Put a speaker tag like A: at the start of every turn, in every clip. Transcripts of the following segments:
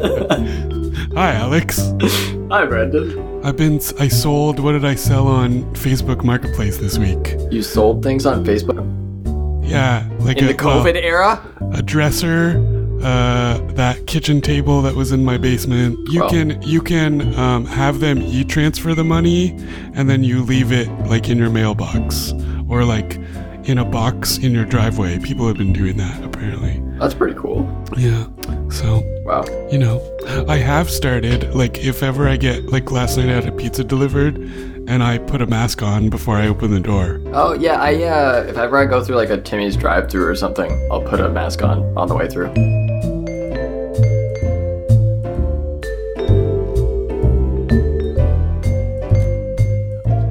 A: Hi, Alex.
B: Hi, Brandon.
A: I've been. I sold. What did I sell on Facebook Marketplace this week?
B: You sold things on Facebook
A: Yeah, like
B: in
A: a,
B: the COVID era?
A: a dresser, uh, that kitchen table that was in my basement. You
B: Wow.
A: can you can um, have them e-transfer the money, and then you leave it like in your mailbox or like in a box in your driveway. People have been doing that apparently.
B: That's pretty cool.
A: Yeah. So
B: Wow.
A: you know, I have started like if ever I get like last night I had a pizza delivered, and I put a mask on before I open the door.
B: Oh yeah, I uh, if ever I go through like a Timmy's drive-through or something, I'll put a mask on on the way through.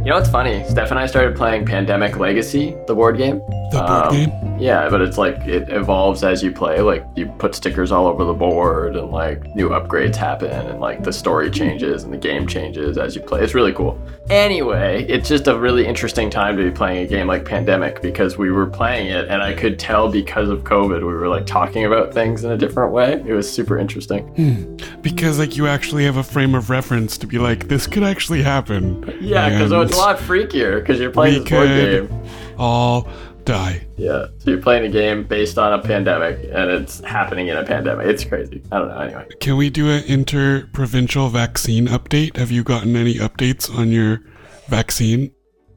B: You know what's funny? Steph and I started playing Pandemic Legacy, the board game.
A: The board
B: Um,
A: game.
B: Yeah, but it's like it evolves as you play. Like you put stickers all over the board, and like new upgrades happen, and like the story changes and the game changes as you play. It's really cool. Anyway, it's just a really interesting time to be playing a game like Pandemic because we were playing it, and I could tell because of COVID, we were like talking about things in a different way. It was super interesting.
A: because like you actually have a frame of reference to be like this could actually happen
B: Yeah, because
A: And
B: it's a lot freakier because you're
A: we
B: playing this board
A: could-
B: game.
A: all die
B: Yeah, so you're playing a game based on a pandemic, and it's happening in a pandemic. It's crazy. I don't know. Anyway.
A: can we do an interprovincial vaccine update have you gotten any updates on your vaccine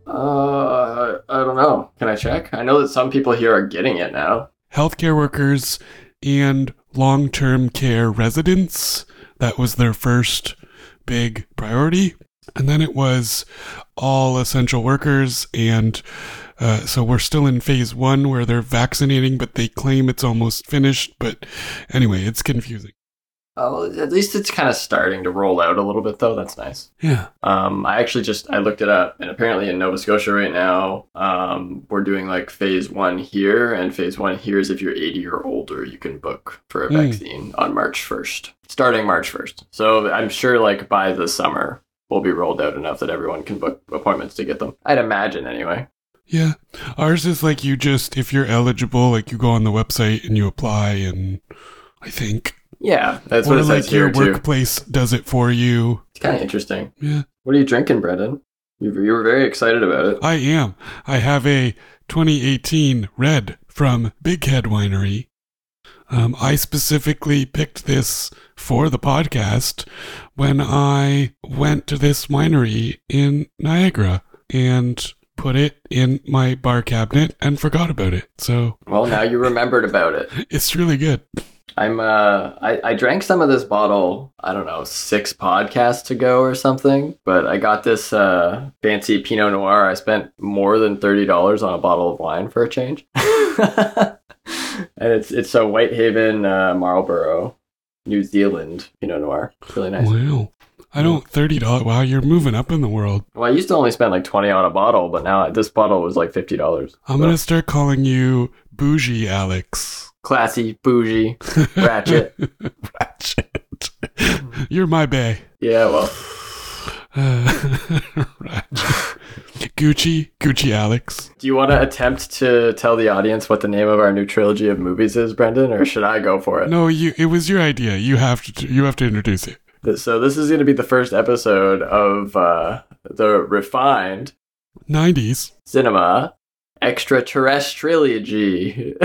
B: Uh, I don't know. Can I check? I know that some people here are getting it now.
A: healthcare workers and long-term care residents that was their first big priority and then it was all essential workers and uh, so we're still in phase one where they're vaccinating but they claim it's almost finished but anyway it's confusing
B: Oh, at least it's kind of starting to roll out a little bit, though. That's nice.
A: yeah
B: Um, I actually just I looked it up, and apparently in Nova Scotia right now, um, we're doing like phase one here, and phase one here is if you're 80 or older, you can book for a
A: Mm.
B: vaccine on March 1st, starting March 1st. So I'm sure like by the summer will be rolled out enough that everyone can book appointments to get them. I'd imagine anyway.
A: yeah ours is like you just if you're eligible like you go on the website and you apply and i think
B: Yeah, that's
A: or
B: what it
A: like
B: says
A: your
B: here too.
A: workplace does it for you
B: It's kind of interesting.
A: yeah
B: What are you drinking, Brendan? You, you were very excited about it.
A: I am. I have a 2018 red from Big Head Winery. Um, I specifically picked this for the podcast when I went to this winery in Niagara and put it in my bar cabinet and forgot about it. So
B: Well, now you remembered about it.
A: it's really good.
B: I'm uh, I, I drank some of this bottle. I don't know, six podcasts ago or something. But I got this uh, fancy Pinot Noir. I spent more than thirty dollars on a bottle of wine for a change. and it's it's a Whitehaven uh, Marlborough, New Zealand Pinot Noir. It's really nice.
A: Wow. I don't thirty dollar. Wow, you're moving up in the world.
B: Well, I used to only spend like twenty on a bottle, but now this bottle was like fifty dollars.
A: I'm gonna start calling you bougie Alex.
B: Classy, bougie, ratchet.
A: Ratchet. You're my bay.
B: Yeah, well,
A: Uh, Ratchet. Gucci, Gucci Alex.
B: do you want to attempt to tell the audience what the name of our new trilogy of movies is, Brendan, or should I go for it?
A: No, you. It was your idea. You have to. You have to introduce it.
B: Th- So this is going to be the first episode of uh, the refined
A: Nineties
B: cinema extraterrestrilogy.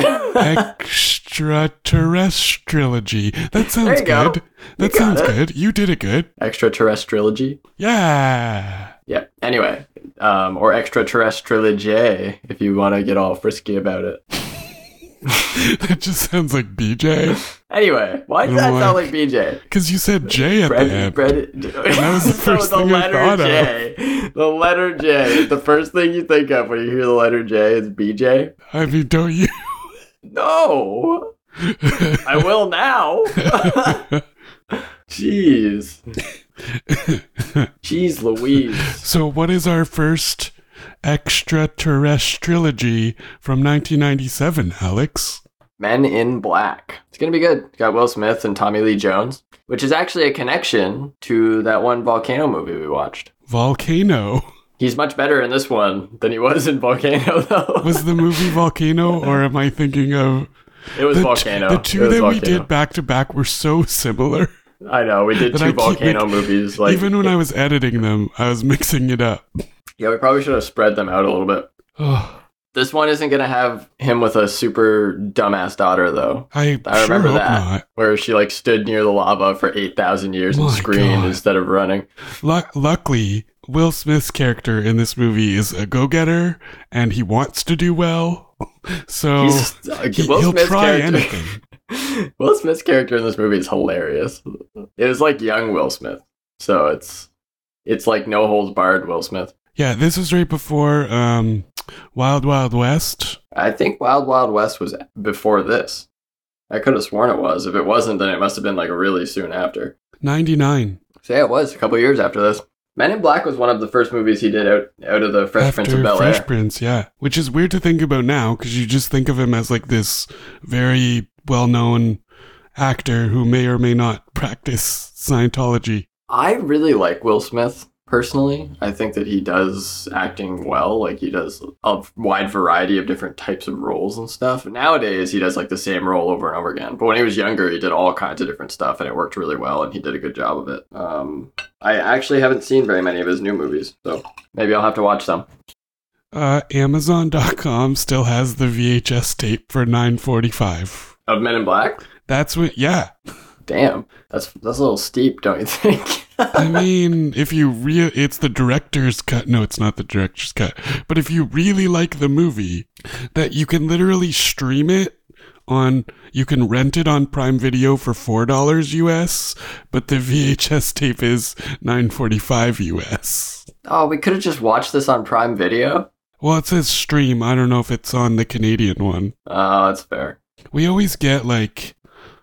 A: extraterrestrilogy. That sounds
B: you go.
A: good. That
B: You got
A: sounds
B: it.
A: good. You did it good.
B: extraterrestrilogy.
A: Yeah.
B: Yeah. Anyway, um, or extraterrestrilogy, if you want to get all frisky about it.
A: that just sounds like BJ.
B: Anyway, why does that sound like BJ?
A: Because you said J at the
B: Bread,
A: end.
B: bread,
A: that was the first thing I thought of.
B: J, The letter J. The first thing you think of when you hear the letter J is BJ.
A: I mean, don't you?
B: No, I will now. Jeez. Jeez Louise.
A: So, what is our first extraterrestrilogy from 1997, Alex?
B: Men in Black. It's going to be good. It's got Will Smith and Tommy Lee Jones, which is actually a connection to that one volcano movie we watched.
A: Volcano.
B: He's much better in this one than he was in Volcano, though.
A: Was the movie Volcano, or am I thinking of
B: It was
A: the, t-
B: Volcano.
A: the
B: It
A: two
B: was
A: that we
B: Volcano.
A: did back to back were so similar.
B: I know we did
A: that
B: two
A: I keep
B: volcano
A: mix-
B: movies. Like
A: Even when I was editing them, I was mixing it up.
B: yeah, we probably should have spread them out a little bit.
A: Oh,
B: This one isn't gonna have him with a super dumbass daughter though,
A: I,
B: I
A: sure
B: remember
A: hope
B: that.
A: not.
B: where she like stood near the lava for eight thousand years and
A: My
B: screamed
A: God.
B: instead of running.
A: Luck luckily, Will Smith's character in this movie is a go-getter, and he wants to do well. So
B: He's, uh,
A: Oh, he,
B: Will
A: will
B: Smith's
A: try
B: character.
A: anything.
B: Will Smith's character in this movie is hilarious. It is like young Will Smith, so it's it's like no holds barred Will Smith.
A: Yeah, this was right before um, Wild Wild West.
B: I think Wild Wild West was before this. I could have sworn it was. If it wasn't, then it must have been like really soon after.
A: '99.
B: So yeah, it was a couple of years after this. Men in Black was one of the first movies he did out, out of the Fresh
A: after
B: Prince of Bel Air.
A: Fresh Prince, yeah. Which is weird to think about now because you just think of him as like this very well known actor who may or may not practice Scientology.
B: I really like Will Smith personally. I think that he does acting well. Like he does a wide variety of different types of roles and stuff. Nowadays, he does like the same role over and over again. But when he was younger, he did all kinds of different stuff, and it worked really well. And he did a good job of it. Um, I actually haven't seen very many of his new movies, so maybe I'll have to watch some.
A: Uh, Amazon.com still has the VHS tape for 9.45.
B: Of Men in Black.
A: That's what, yeah.
B: Damn, that's that's a little steep, don't you think?
A: I mean, if you real, it's the director's cut. No, it's not the director's cut. But if you really like the movie, that you can literally stream it on, you can rent it on Prime Video for four dollars US, but the VHS tape is nine forty five US.
B: oh, we could have just watched this on Prime Video.
A: Well, it says stream. I don't know if it's on the Canadian one.
B: Oh, that's fair.
A: We always get like,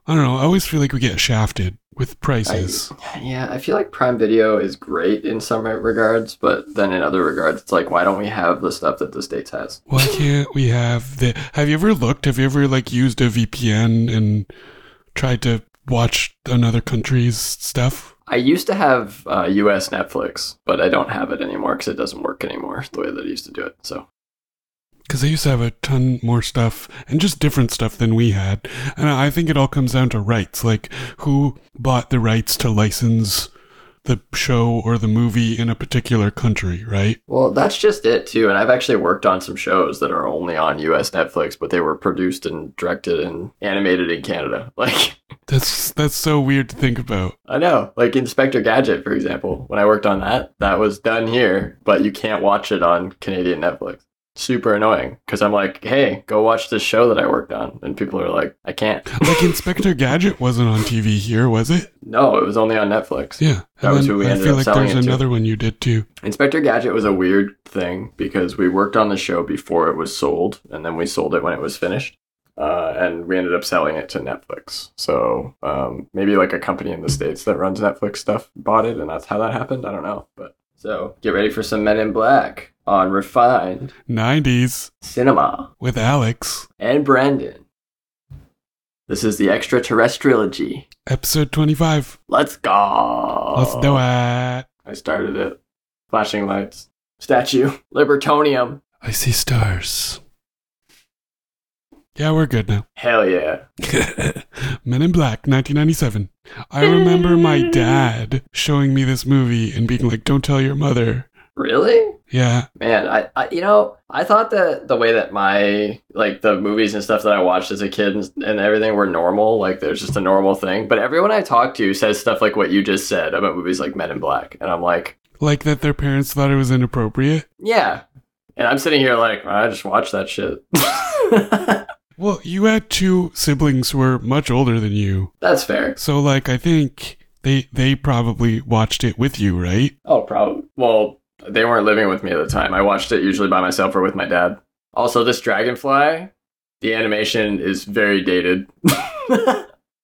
A: I don't know. I always feel like we get shafted with prices.
B: Yeah, I feel like Prime Video is great in some regards, but then in other regards, it's like, why don't we have the stuff that the States has?
A: Why can't we have the? Have you ever looked? Have you ever like used a VPN and tried to watch another country's stuff?
B: I used to have uh, US Netflix, but I don't have it anymore because it doesn't work anymore the way that it used to do it. So,
A: Because they used to have a ton more stuff and just different stuff than we had. And I think it all comes down to rights. Like who bought the rights to license the show or the movie in a particular country, right?
B: well, that's just it, too. And I've actually worked on some shows that are only on US Netflix, but they were produced and directed and animated in Canada. Like,
A: That's that's so weird to think about.
B: I know, like Inspector Gadget, for example. When I worked on that, that was done here, but you can't watch it on Canadian Netflix. Super annoying because I'm like, hey, go watch this show that I worked on. And people are like, I can't.
A: Like Inspector Gadget wasn't on TV here, was it?
B: No, it was only on Netflix.
A: Yeah. and
B: That was
A: then
B: who we
A: I
B: ended
A: feel
B: up
A: like
B: selling
A: there's
B: it to.
A: another one you did too.
B: Inspector Gadget was a weird thing because we worked on the show before it was sold, and then we sold it when it was finished, uh, and we ended up selling it to Netflix. So um, maybe like a company in the states that runs Netflix stuff bought it, and that's how that happened. I don't know, but so get ready for some Men in Black on Refined
A: 90s
B: Cinema
A: with Alex,
B: and Brandon. This is the extraterrestrialogy.
A: episode 25.
B: Let's go.
A: Let's do it.
B: I started it. Flashing lights. Statue. Libertonium.
A: I see stars. Yeah, we're good now.
B: Hell yeah.
A: Men in Black, 1997. I remember my dad showing me this movie and being like, don't tell your mother.
B: Really?
A: Yeah,
B: Man, I, I you know, I thought that the way that my like the movies and stuff that I watched as a kid and, and everything were normal, like there's just a normal thing. But everyone I talk to says stuff like what you just said about movies like Men in Black, and I'm like,
A: like that their parents thought it was inappropriate.
B: yeah. And I'm sitting here like, I just watched that shit.
A: Well, you had two siblings who were much older than you.
B: That's fair.
A: So, like, I think they they probably watched it with you, right?
B: Oh, probably. Well, they weren't living with me at the time. I watched it usually by myself or with my dad. Also, this dragonfly, the animation is very dated.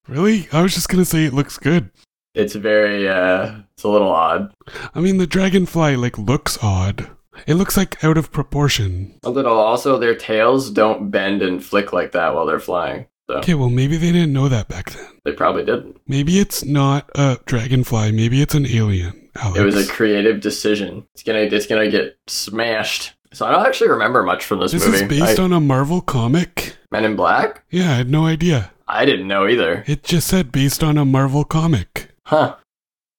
A: Really? I was just going to say it looks good.
B: it's very uh it's a little odd
A: I mean, the dragonfly like looks odd. It looks like out of proportion.
B: a little also their tails don't bend and flick like that while they're flying so
A: Okay, well maybe they didn't know that back then.
B: they probably didn't
A: Maybe it's not a dragonfly. Maybe it's an alien. Alex.
B: it was a creative decision it's gonna it's gonna get smashed So I don't actually remember much from this,
A: This
B: movie.
A: is based
B: I-
A: on a Marvel comic.
B: Men in Black?
A: Yeah, I had no idea.
B: I didn't know either.
A: It just said based on a Marvel comic
B: Huh.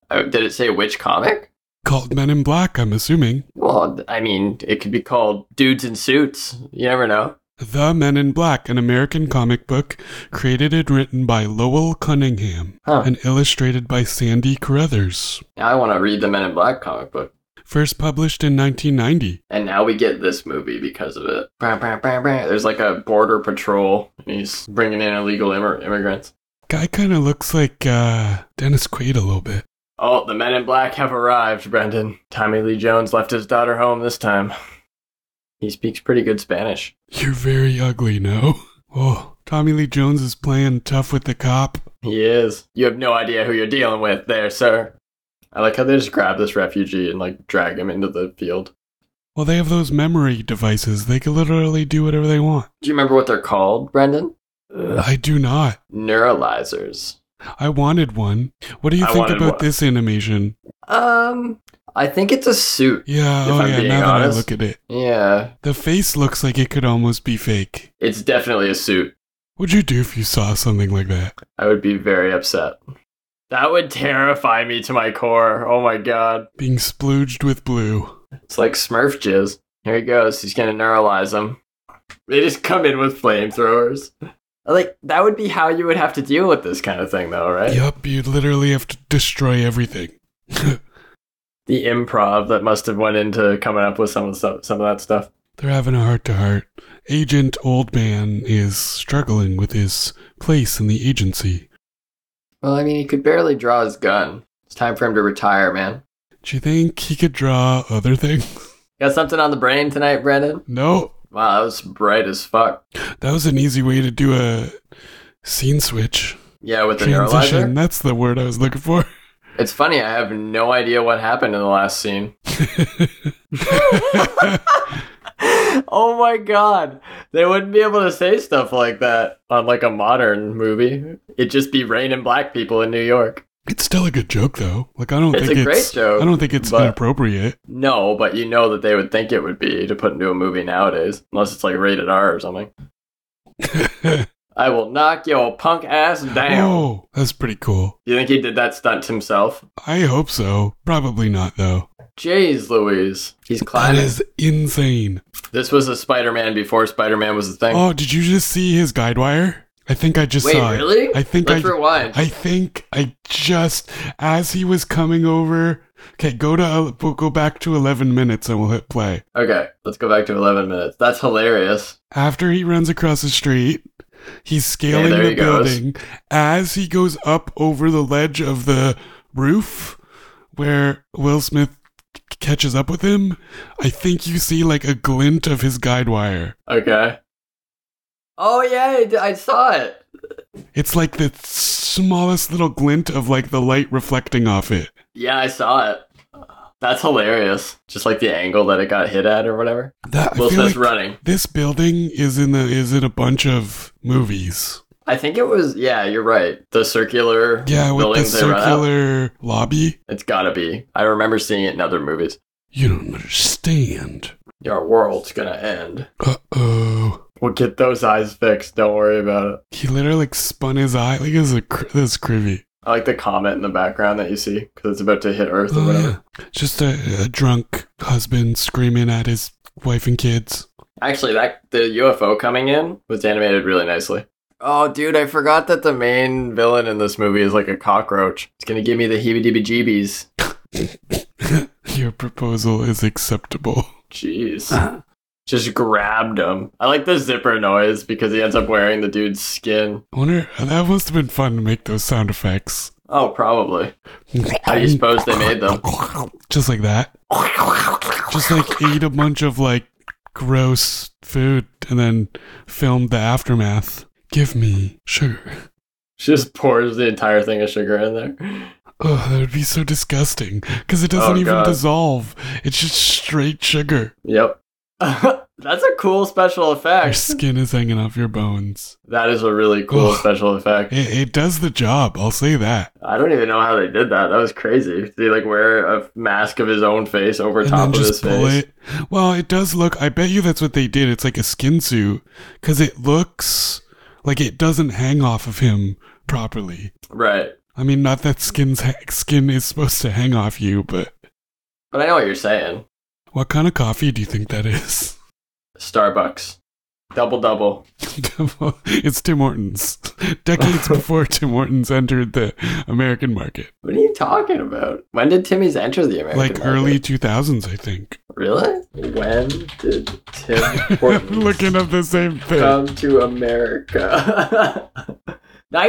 B: Uh, Did it say which comic?
A: called Men in Black. I'm assuming
B: Well, I mean, it could be called Dudes in Suits. You never know.
A: The Men in Black, an American comic book created and written by Lowell Cunningham
B: Huh.
A: and illustrated by Sandy Carruthers.
B: Now I want to read the Men in Black comic book.
A: First published in 1990.
B: And now we get this movie because of it. Brr, brr, brr, brr. There's like a border patrol, and he's bringing in illegal immig- immigrants.
A: Guy kind of looks like uh, Dennis Quaid a little bit.
B: Oh, the Men in Black have arrived, Brendan. Tommy Lee Jones left his daughter home this time. He speaks pretty good Spanish.
A: You're very ugly, no? Oh, Tommy Lee Jones is playing tough with the cop.
B: He is. You have no idea who you're dealing with there, sir. I like how they just grab this refugee and like drag him into the field.
A: Well, they have those memory devices. They can literally do whatever they want.
B: Do you remember what they're called, Brendan?
A: I do not.
B: Neuralizers.
A: I wanted one. What do you
B: I
A: think
B: wanted
A: about
B: one.
A: this animation?
B: Um, I think it's a suit.
A: Yeah,
B: If
A: oh
B: I'm
A: yeah,
B: being
A: now that I
B: honest.
A: look at it.
B: Yeah,
A: The face looks like it could almost be fake.
B: it's definitely a suit.
A: What'd you do if you saw something like that?
B: I would be very upset. That would terrify me to my core. Oh my god.
A: Being splooged with blue.
B: It's like Smurf jizz. Here he goes. He's gonna neuralize him. They just come in with flamethrowers. Like, that would be how you would have to deal with this kind of thing, though, right?
A: Yup, you'd literally have to destroy everything.
B: the improv that must have went into coming up with some of the stuff, some of that stuff.
A: They're having a heart to heart. Agent Old Man is struggling with his place in the agency.
B: Well, I mean, he could barely draw his gun. It's time for him to retire, man.
A: Do you think he could draw other things?
B: Got something on the brain tonight, Brendan?
A: No.
B: Wow, that was bright as fuck.
A: That was an easy way to do a scene switch.
B: Yeah, with the
A: Transition.
B: neuralizer.
A: That's the word I was looking for.
B: It's funny. I have no idea what happened in the last scene. oh my god, they wouldn't be able to say stuff like that on like a modern movie. It'd just be rain and black people in New York.
A: it's still a good joke though. Like I don't
B: It's
A: think
B: a great
A: it's
B: joke,
A: I don't think it's
B: but-
A: inappropriate.
B: No, but you know that they would think it would be to put into a movie nowadays, unless it's like rated R or something. I will knock your punk ass down.
A: oh, that's pretty cool.
B: You think he did that stunt himself?
A: I hope so. Probably not though.
B: Jeez Louise. He's
A: That
B: climbing.
A: is insane.
B: This was a Spider Man before Spider Man was a thing.
A: Oh, did you just see his guide wire? I think I just
B: Wait,
A: saw it.
B: really?
A: I think
B: Let's
A: I,
B: rewind.
A: I think I just as he was coming over. Okay, go to uh, we'll go back to eleven minutes and we'll hit play.
B: okay, let's go back to 11 minutes. That's hilarious.
A: After he runs across the street, he's scaling
B: there
A: the
B: he goes.
A: building. As he goes up over the ledge of the roof, where Will Smith c- catches up with him, I think you see like a glint of his guide wire.
B: Okay. Oh, yeah, I d- I saw it.
A: It's like the smallest little glint of like the light reflecting off it.
B: Yeah, I saw it. That's hilarious. Just like the angle that it got hit at or whatever.
A: That, I
B: Will
A: feel
B: Smith's
A: like
B: running.
A: this building is in the is in a bunch of movies.
B: I think it was, yeah, you're right. The circular
A: Yeah, with the
B: buildings they run out.
A: circular lobby.
B: It's gotta be. I remember seeing it in other movies.
A: You don't understand.
B: Your world's gonna end.
A: Uh oh.
B: We'll get those eyes fixed. Don't worry about it.
A: He literally like spun his eye. Like this is a cr- this is creepy.
B: I like the comet in the background that you see because it's about to hit Earth or
A: Oh,
B: whatever.
A: yeah. Just a, a drunk husband screaming at his wife and kids.
B: Actually, that the UFO coming in was animated really nicely. Oh, dude, I forgot that the main villain in this movie is like a cockroach. It's gonna give me the heebie-jeebies.
A: Your proposal is acceptable.
B: Jeez. Just grabbed him. I like the zipper noise because he ends up wearing the dude's skin.
A: I wonder that must have been fun to make those sound effects.
B: Oh, probably. How do you suppose they made them?
A: Just like that. Just like ate a bunch of like gross food and then filmed the aftermath. Give me sugar.
B: She just pours the entire thing of sugar in there.
A: Oh, that would be so disgusting because it doesn't
B: Oh,
A: even
B: God.
A: dissolve. It's just straight sugar.
B: Yep. That's a cool special
A: Your
B: effect.
A: skin is hanging off your bones.
B: That is a really cool
A: Ugh.
B: special effect.
A: It, it does the job. I'll say that.
B: I don't even know how they did that. That was crazy. They like wear a mask of his own face over top of his face.
A: it. Well, it does look. I bet you that's what they did. It's like a skin suit because it looks like it doesn't hang off of him properly.
B: Right.
A: I mean, not that skin's ha- skin is supposed to hang off you, but
B: But I know what you're saying.
A: what kind of coffee do you think that is?
B: Starbucks. Double double.
A: it's Tim Hortons. Decades before Tim Hortons entered the American market,
B: What are you talking about? When did Timmy's enter the American
A: like
B: market?
A: early 2000s, I think.
B: Really? When did Tim Hortons
A: Looking up the same thing.
B: come to America?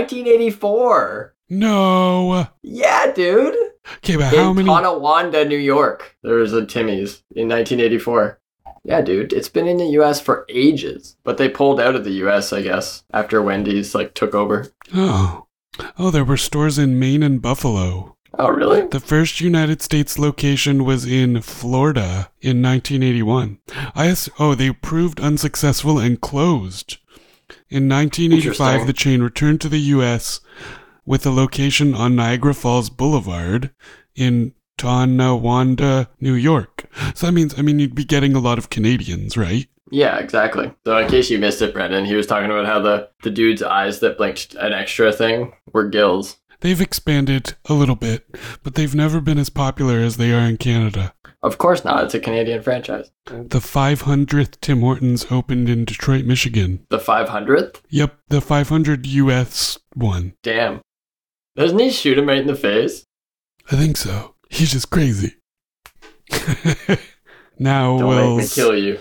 B: 1984.
A: No.
B: Yeah, dude.
A: Okay, but
B: in
A: how many?
B: Tonawanda, New York. There was a Timmy's in 1984. Yeah, dude, it's been in the U.S. for ages, but they pulled out of the U.S. I guess after Wendy's like took over.
A: Oh. Oh, there were stores in Maine and Buffalo.
B: Oh, really?
A: The first United States location was in Florida in 1981. I ass- oh, they proved unsuccessful and closed. In 1985,
B: Interesting.
A: the chain returned to the U.S. with a location on Niagara Falls Boulevard in Tonawanda, New York. So that means, I mean, you'd be getting a lot of Canadians, right?
B: Yeah, exactly. So in case you missed it, Brendan, he was talking about how the the dude's eyes that blinked an extra thing were gills.
A: They've expanded a little bit, but they've never been as popular as they are in Canada.
B: Of course not. It's a Canadian franchise.
A: The 500th Tim Hortons opened in Detroit, Michigan.
B: The 500th.
A: Yep, the 500 US one.
B: Damn. Doesn't he shoot him right in the face?
A: I think so. He's just crazy. now
B: Don't make me
A: Wells,
B: kill you.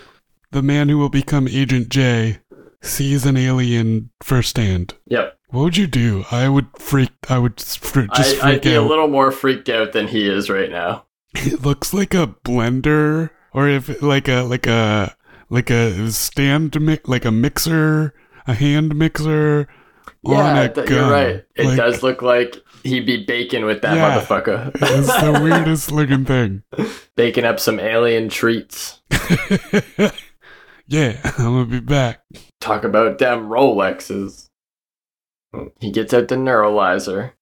A: the man who will become Agent J, sees an alien firsthand.
B: Yep.
A: What would you do? I would freak. I would s- fr- just
B: I, I'd
A: freak
B: be a
A: out.
B: little more freaked out than he is right now.
A: it looks like a blender, or if like a like a like a stand mi- like a mixer, a hand mixer. on a
B: th-
A: gun.
B: you're right. It
A: Like-
B: does look like he'd be baking with that
A: Yeah. It's the
B: motherfucker.
A: weirdest looking thing.
B: baking up some alien treats.
A: yeah, I'm gonna be back.
B: Talk about them Rolexes. He gets out the neuralizer.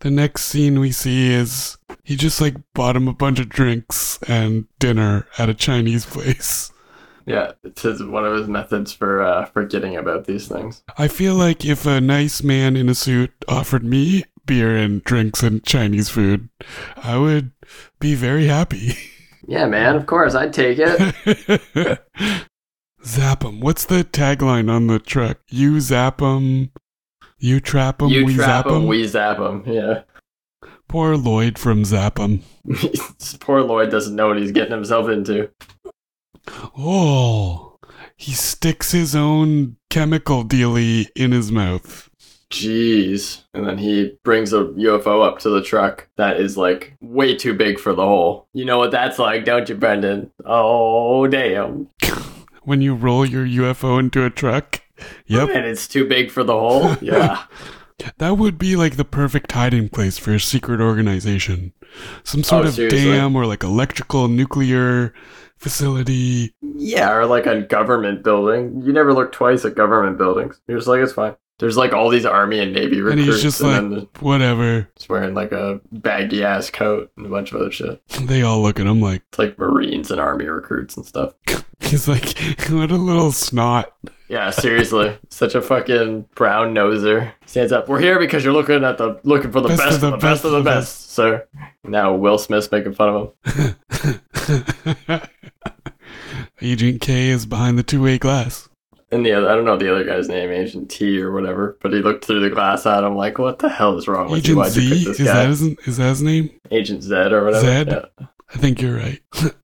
A: The next scene we see is he just like bought him a bunch of drinks and dinner at a Chinese place.
B: Yeah, it's his, one of his methods for uh, forgetting about these things.
A: I feel like if a nice man in a suit offered me beer and drinks and Chinese food, I would be very happy.
B: Yeah, man. Of course, I'd take it.
A: zap 'em. What's the tagline on the truck? You zap 'em, you trap 'em,
B: you
A: we
B: trap
A: zap 'em.
B: him, we zap him. Yeah.
A: Poor Lloyd from Zap 'em.
B: Poor Lloyd doesn't know what he's getting himself into.
A: Oh, he sticks his own chemical dealy in his mouth.
B: Jeez. And then he brings a UFO up to the truck that is like way too big for the hole. You know what that's like, don't you, Brendan? Oh, damn.
A: When you roll your UFO into a truck. Yep.
B: And it's too big for the hole? Oh, Yeah.
A: That would be like the perfect hiding place for a secret organization. Some sort
B: Oh,
A: of
B: seriously?
A: dam or like electrical nuclear facility.
B: yeah, or like a government building. You never look twice at government buildings. You're just like, it's fine. There's like all these army and navy
A: And
B: recruits,
A: he's just like,
B: then
A: whatever.
B: he's wearing like a baggy ass coat and a bunch of other shit.
A: They all look at him like,
B: It's like Marines and army recruits and stuff.
A: he's like, what a little snot.
B: Yeah, seriously, such a fucking brown noser. Stands up. We're here because you're looking at the looking for the best, of the best, of the best, sir. Now Will Smith's making fun of him.
A: Agent K is behind the two way glass.
B: And the other, I don't know the other guy's name, Agent T or whatever, but he looked through the glass at him like, "What the hell is wrong with you?
A: Agent
B: Why'd you
A: Z,
B: pick
A: is
B: this
A: that,
B: guy?"
A: his, is that his name?
B: Agent Z or whatever.
A: Zed?
B: Yeah.
A: I think you're right.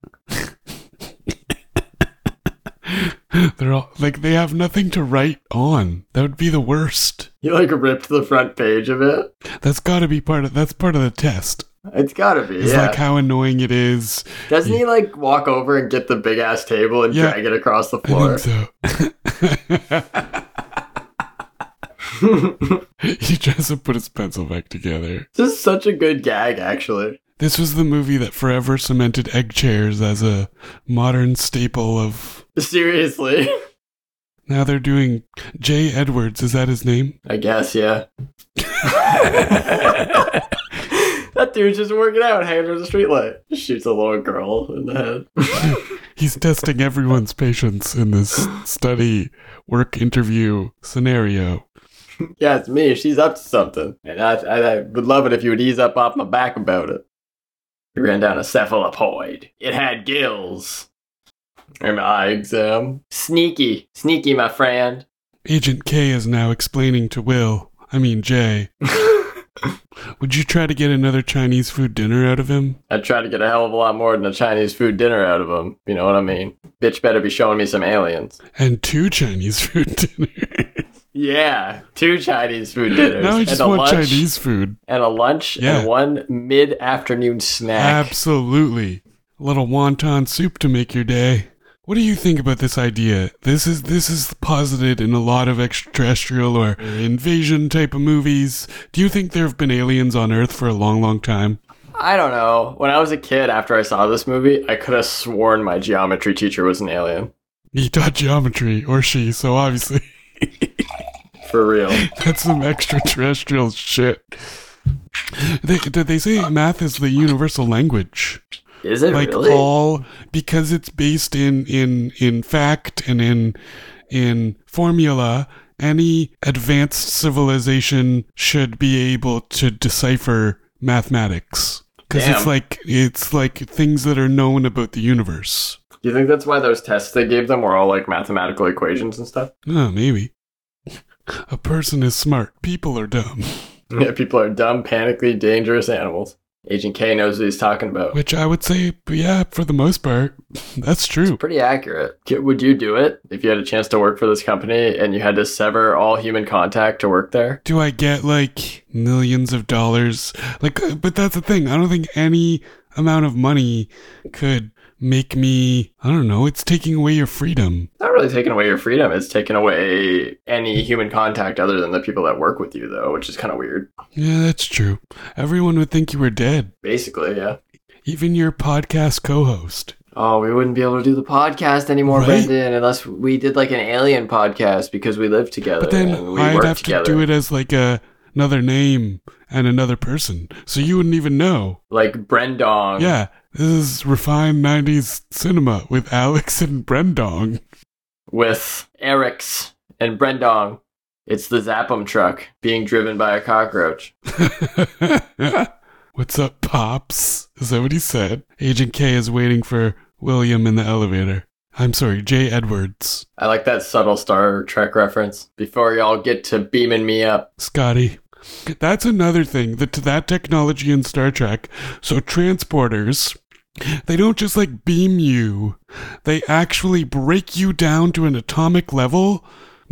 A: They're all like they have nothing to write on. That would be the worst.
B: He like ripped the front page of it.
A: That's got to be part of that's part of the test.
B: It's gotta be.
A: It's
B: yeah.
A: like how annoying it is.
B: Doesn't he like walk over and get the big ass table and
A: Yeah.
B: drag it across the
A: I
B: floor?
A: think so. he tries to put his pencil back together.
B: this is such a good gag, actually.
A: This was the movie that forever cemented egg chairs as a modern staple of.
B: Seriously.
A: Now they're doing Jay Edwards. Is that his name?
B: I guess, yeah. that dude's just working out, hanging under the streetlight. Just shoots a little girl in the head.
A: He's testing everyone's patience in this study work interview scenario.
B: yeah, it's me. She's up to something. And I, I, I would love it if you would ease up off my back about it. He ran down a cephalopoid. It had gills. An eye exam. Sneaky. Sneaky, my friend.
A: Agent K is now explaining to Will, I mean Jay, would you try to get another Chinese food dinner out of him?
B: I try to get a hell of a lot more than a Chinese food dinner out of him. You know what I mean? Bitch better be showing me some aliens.
A: And two Chinese food dinners.
B: Yeah, two Chinese food dinners.
A: now I just
B: and a
A: want
B: lunch,
A: Chinese food.
B: And a lunch
A: Yeah.
B: and one mid afternoon snack.
A: Absolutely. A little wonton soup to make your day. What do you think about this idea? This is this is posited in a lot of extraterrestrial or invasion type of movies. Do you think there have been aliens on Earth for a long, long time?
B: I don't know. When I was a kid, after I saw this movie, I could have sworn my geometry teacher was an alien.
A: He taught geometry, or she, so obviously
B: For real.
A: that's some extraterrestrial shit. They, did they say math is the universal language?
B: Is it
A: like
B: really?
A: all because it's based in in in fact and in in formula any advanced civilization should be able to decipher mathematics because it's
B: Damn.
A: like it's like things that are known about the universe
B: Do you think that's why those tests they gave them were all like mathematical equations and stuff?
A: oh maybe a person is smart people are dumb Hmm.
B: Yeah, people are dumb, panically dangerous animals. Agent K knows what he's talking about.
A: which i would say yeah for the most part that's true
B: Pretty accurate. K- Would you do it if you had a chance to work for this company and you had to sever all human contact to work there?
A: do I get like millions of dollars? Like, uh, but that's the thing. I don't think any amount of money could make me. I don't know. It's taking away your freedom.
B: Not really taking away your freedom. It's taking away any human contact other than the people that work with you, though, which is kind of weird.
A: Yeah, that's true. Everyone would think you were dead.
B: Basically, yeah.
A: Even your podcast co-host.
B: Oh, we wouldn't be able to do the podcast anymore,
A: Right?
B: Brendan, unless we did like an alien podcast because we live together
A: But then
B: and Uh, we
A: I'd
B: work
A: have
B: together.
A: to do it as like a another name and another person, so you wouldn't even know.
B: Like Brendong.
A: Yeah, this is refined '90s cinema with Alex and Brendong.
B: with Eric's and Brendong. It's the Zappum truck being driven by a cockroach.
A: What's up, Pops? Is that what he said? Agent K is waiting for William in the elevator. I'm sorry, Jay Edwards.
B: I like that subtle Star Trek reference. Before y'all get to beaming me up.
A: Scotty. That's another thing that to that technology in Star Trek. So transporters, they don't just like beam you. They actually break you down to an atomic level,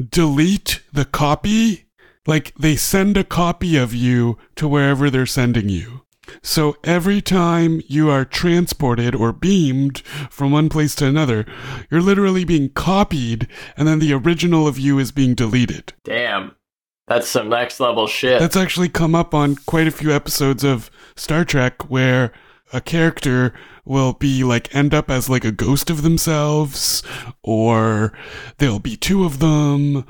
A: delete the copy, like they send a copy of you to wherever they're sending you. So every time you are transported or beamed from one place to another, you're literally being copied and then the original of you is being deleted.
B: Damn. That's some next level shit.
A: That's actually come up on quite a few episodes of Star Trek where a character will be like end up as like a ghost of themselves or there'll be two of them.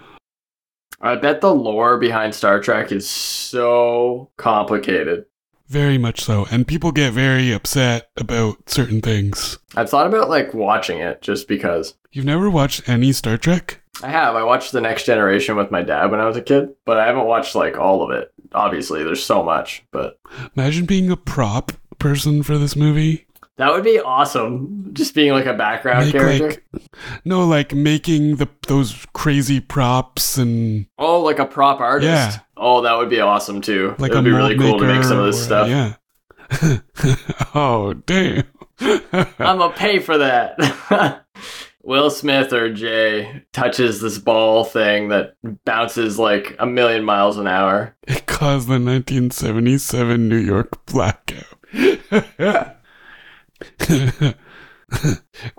B: I bet the lore behind Star Trek is so complicated.
A: Very much so. And people get very upset about certain things.
B: I've thought about like watching it just because.
A: You've never watched any Star Trek?
B: I have. I watched The Next Generation with my dad when I was a kid, but I haven't watched like all of it. Obviously, there's so much, but
A: Imagine being a prop person for this movie.
B: that would be awesome. Just being like a background character.
A: like no like making the those crazy props and
B: Oh, like a prop artist.
A: Yeah.
B: Oh, that would be awesome too.
A: like
B: it
A: a
B: would be
A: mold
B: really cool to
A: maker
B: make some of
A: or-
B: this stuff.
A: Yeah. oh damn.
B: I'm gonna pay for that. Will Smith or Jay touches this ball thing that bounces like a million miles an hour.
A: it caused the 1977 New York blackout.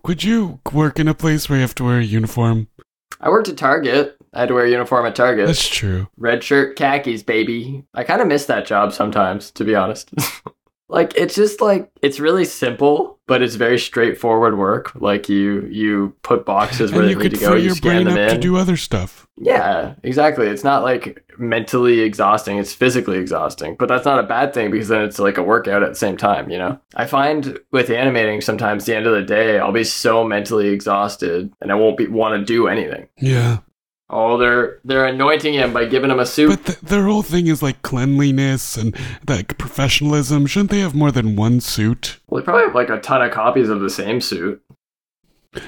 A: Could you work in a place where you have to wear a uniform?
B: I worked at Target. I had to wear a uniform at Target.
A: That's true.
B: Red shirt, khakis, baby. I kind of miss that job sometimes, to be honest. Like it's just like it's really simple, but it's very straightforward work. Like you you put boxes where
A: and
B: they
A: you
B: need
A: could
B: to go,
A: free
B: you
A: your
B: scan
A: brain
B: them
A: up to
B: in.
A: do other stuff.
B: yeah, exactly. It's not like mentally exhausting, it's physically exhausting. But that's not a bad thing because then it's like a workout at the same time, you know? I find with animating sometimes the end of the day I'll be so mentally exhausted and I won't be want to do anything.
A: Yeah.
B: Oh, they're they're anointing him by giving him a soup.
A: But th- their whole thing is like cleanliness and like professionalism. Shouldn't they have more than one suit?
B: Well, they probably have like a ton of copies of the same suit.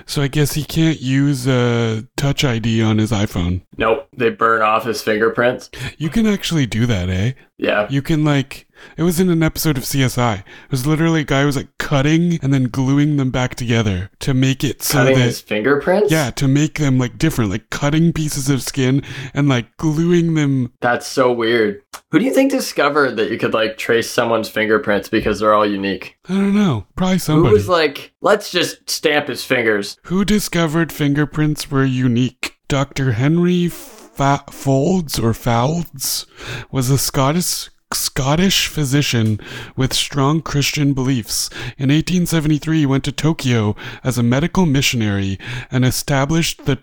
A: So I guess he can't use uh, Touch ID on his iPhone.
B: Nope, they burn off his fingerprints.
A: You can actually do that, eh?
B: Yeah.
A: You can like it was in an episode of CSI. It was literally a guy who was like cutting and then gluing them back together to make it so
B: Cutting
A: that
B: his fingerprints?
A: yeah, to make them like different, like cutting pieces of skin and like gluing them.
B: That's so weird. Who do you think discovered that you could like trace someone's fingerprints because they're all unique?
A: I don't know, probably
B: Who
A: somebody
B: was like, let's just stamp his fingers?
A: who discovered fingerprints were unique. Dr. Henry Fa- Folds or Foulds was a Scottish Scottish physician with strong Christian beliefs. In 1873, he went to Tokyo as a medical missionary and established the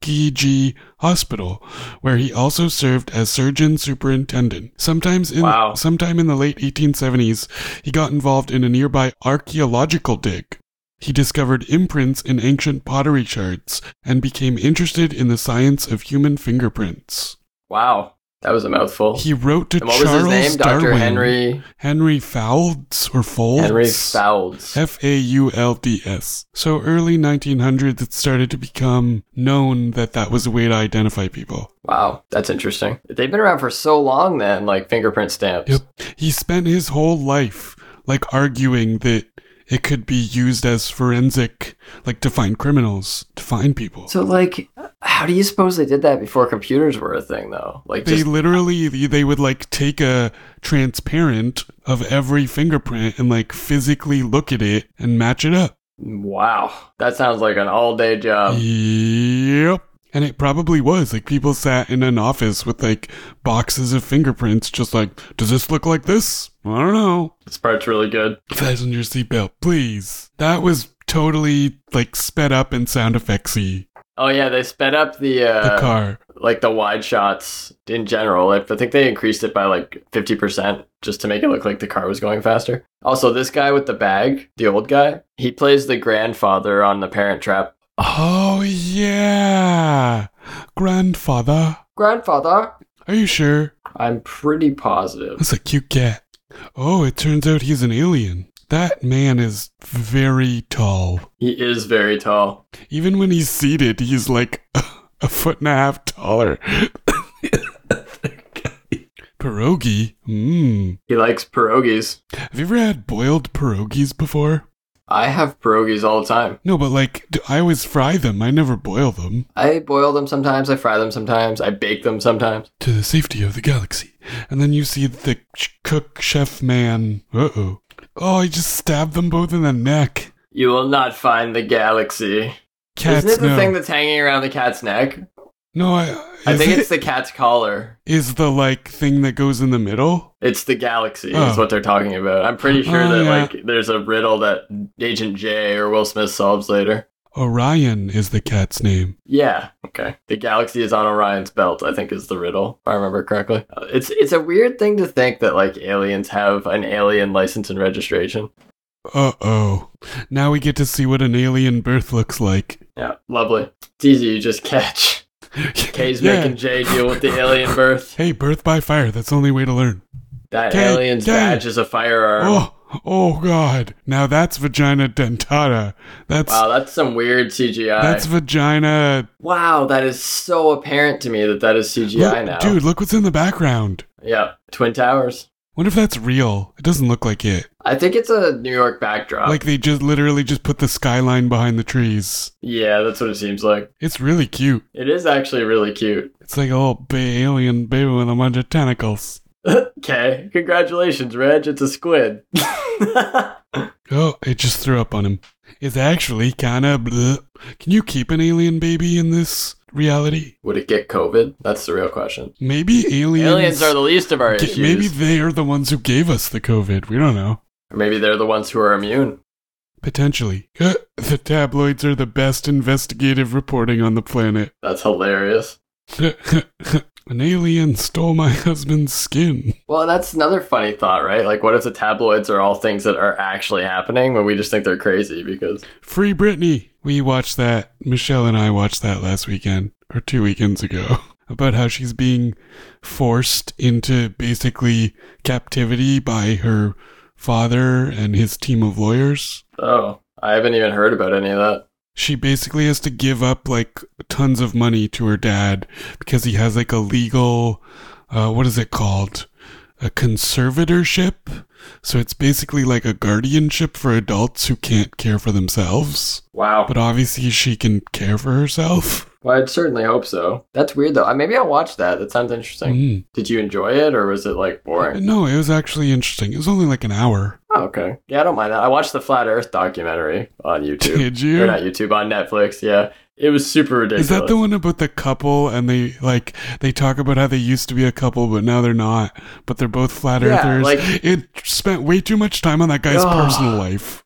A: Tuskegee Hospital, where he also served as surgeon superintendent. Sometimes in
B: Wow.
A: sometime in the late 1870s, he got involved in a nearby archaeological dig. He discovered imprints in ancient pottery shards and became interested in the science of human fingerprints.
B: Wow. That was a mouthful.
A: He wrote to
B: and what was
A: Charles
B: his name?
A: Darwin.
B: Dr. Henry
A: Henry Foulds or Folds?
B: Henry Fowles.
A: F A U L D S. So early 1900s, it started to become known that that was a way to identify people.
B: Wow, that's interesting. They've been around for so long then, like fingerprint stamps.
A: Yep. He spent his whole life like arguing that it could be used as forensic, like to find criminals, to find people.
B: So like how do you suppose they did that before computers were a thing though? Like
A: they
B: just
A: literally they would like take a transparent of every fingerprint and like physically look at it and match it up.
B: Wow. That sounds like an all day job.
A: yep. And it probably was like people sat in an office with like boxes of fingerprints, just like, does this look like this? I don't know.
B: This part's really good.
A: Fasten your seatbelt, please. That was totally like sped up and sound effectsy.
B: Oh yeah, they sped up the
A: The
B: uh
A: car. like
B: like the wide shots in general. I I think they increased it by like fifty percent just to make it look like the car was going faster. Also, this guy with the bag, the old guy, he plays the grandfather on the parent trap.
A: Oh yeah, grandfather.
B: Grandfather?
A: Are you sure?
B: I'm pretty positive.
A: That's a cute cat. Oh, it turns out he's an alien. That man is very tall.
B: He is very tall.
A: Even when he's seated, he's like a, foot and a half taller. pierogi? Mmm.
B: He likes pierogies.
A: Have you ever had boiled pierogies before?
B: I have pierogies all the time.
A: No, but like, d- I always fry them. I never boil them.
B: I boil them sometimes, I fry them sometimes, I bake them sometimes.
A: To the safety of the galaxy. And then you see the ch- cook chef man. Uh oh. Oh, I just stabbed them both in the neck.
B: You will not find the galaxy.
A: Cats,
B: Isn't it the
A: no.
B: thing that's hanging around the cat's neck?
A: no, I,
B: I
A: is
B: think
A: it-
B: it's the cat's collar.
A: is the like thing that goes in the middle.
B: It's the galaxy. Is
A: Oh.
B: what they're talking about. I'm pretty sure
A: Oh,
B: that
A: yeah.
B: like there's a riddle that Agent J or Will Smith solves later.
A: Orion is the cat's name.
B: Yeah. Okay. The galaxy is on Orion's belt. I think is the riddle. If I remember correctly. Uh, It's it's a weird thing to think that like aliens have an alien license and registration.
A: Uh oh. Now we get to see what an alien birth looks like.
B: Yeah. Lovely. It's easy. You just catch. K's
A: Yeah.
B: making J deal with the alien birth.
A: Hey, birth by fire. That's the only way to learn.
B: That
A: K,
B: alien's
A: K.
B: badge is a firearm.
A: Oh, oh God. Now that's vagina dentata. That's
B: Wow, that's some weird CGI.
A: that's vagina.
B: Wow, that is so apparent to me that that is CGI
A: Look-
B: now.
A: Dude, look what's in the background.
B: Yeah, Twin Towers.
A: What if that's real? It doesn't look like it.
B: I think it's a New York backdrop.
A: Like they just literally just put the skyline behind the trees.
B: yeah, that's what it seems like.
A: It's really cute.
B: It is actually really cute.
A: It's like a little ba- alien baby with a bunch of tentacles.
B: Okay, congratulations, Reg. It's a squid.
A: Oh, it just threw up on him. It's actually kind of. Can you keep an alien baby in this reality?
B: Would it get COVID? That's the real question.
A: Maybe aliens.
B: Aliens are the least of our
A: Ga-
B: issues.
A: Maybe they are the ones who gave us the COVID. We don't know.
B: Or maybe they're the ones who are immune.
A: Potentially. Uh, the tabloids are the best investigative reporting on the planet.
B: That's hilarious.
A: An alien stole my husband's skin.
B: Well, that's another funny thought, right? Like, what if the tabloids are all things that are actually happening when we just think they're crazy because.
A: Free Britney! We watched that. Michelle and I watched that last weekend, or two weekends ago, about how she's being forced into basically captivity by her father and his team of lawyers.
B: Oh, I haven't even heard about any of that.
A: She basically has to give up like tons of money to her dad because he has like a legal, uh, what is it called? A conservatorship. So it's basically like a guardianship for adults who can't care for themselves.
B: Wow.
A: But obviously she can care for herself.
B: Well, I'd certainly hope so. That's weird though. I- Maybe I'll watch that. That sounds interesting.
A: Mm.
B: Did you enjoy it or was it like boring?
A: No, it was actually interesting. It was only like an hour.
B: Oh, okay. Yeah, I don't mind that. I watched the Flat Earth documentary on YouTube.
A: Did you?
B: Or not YouTube, on Netflix. Yeah. It was super
A: Is
B: ridiculous.
A: that the one about the couple and they like they talk about how they used to be a couple but now they're not, but they're both flat
B: Yeah,
A: earthers?
B: like-
A: it spent way too much time on that guy's
B: Ugh.
A: personal life.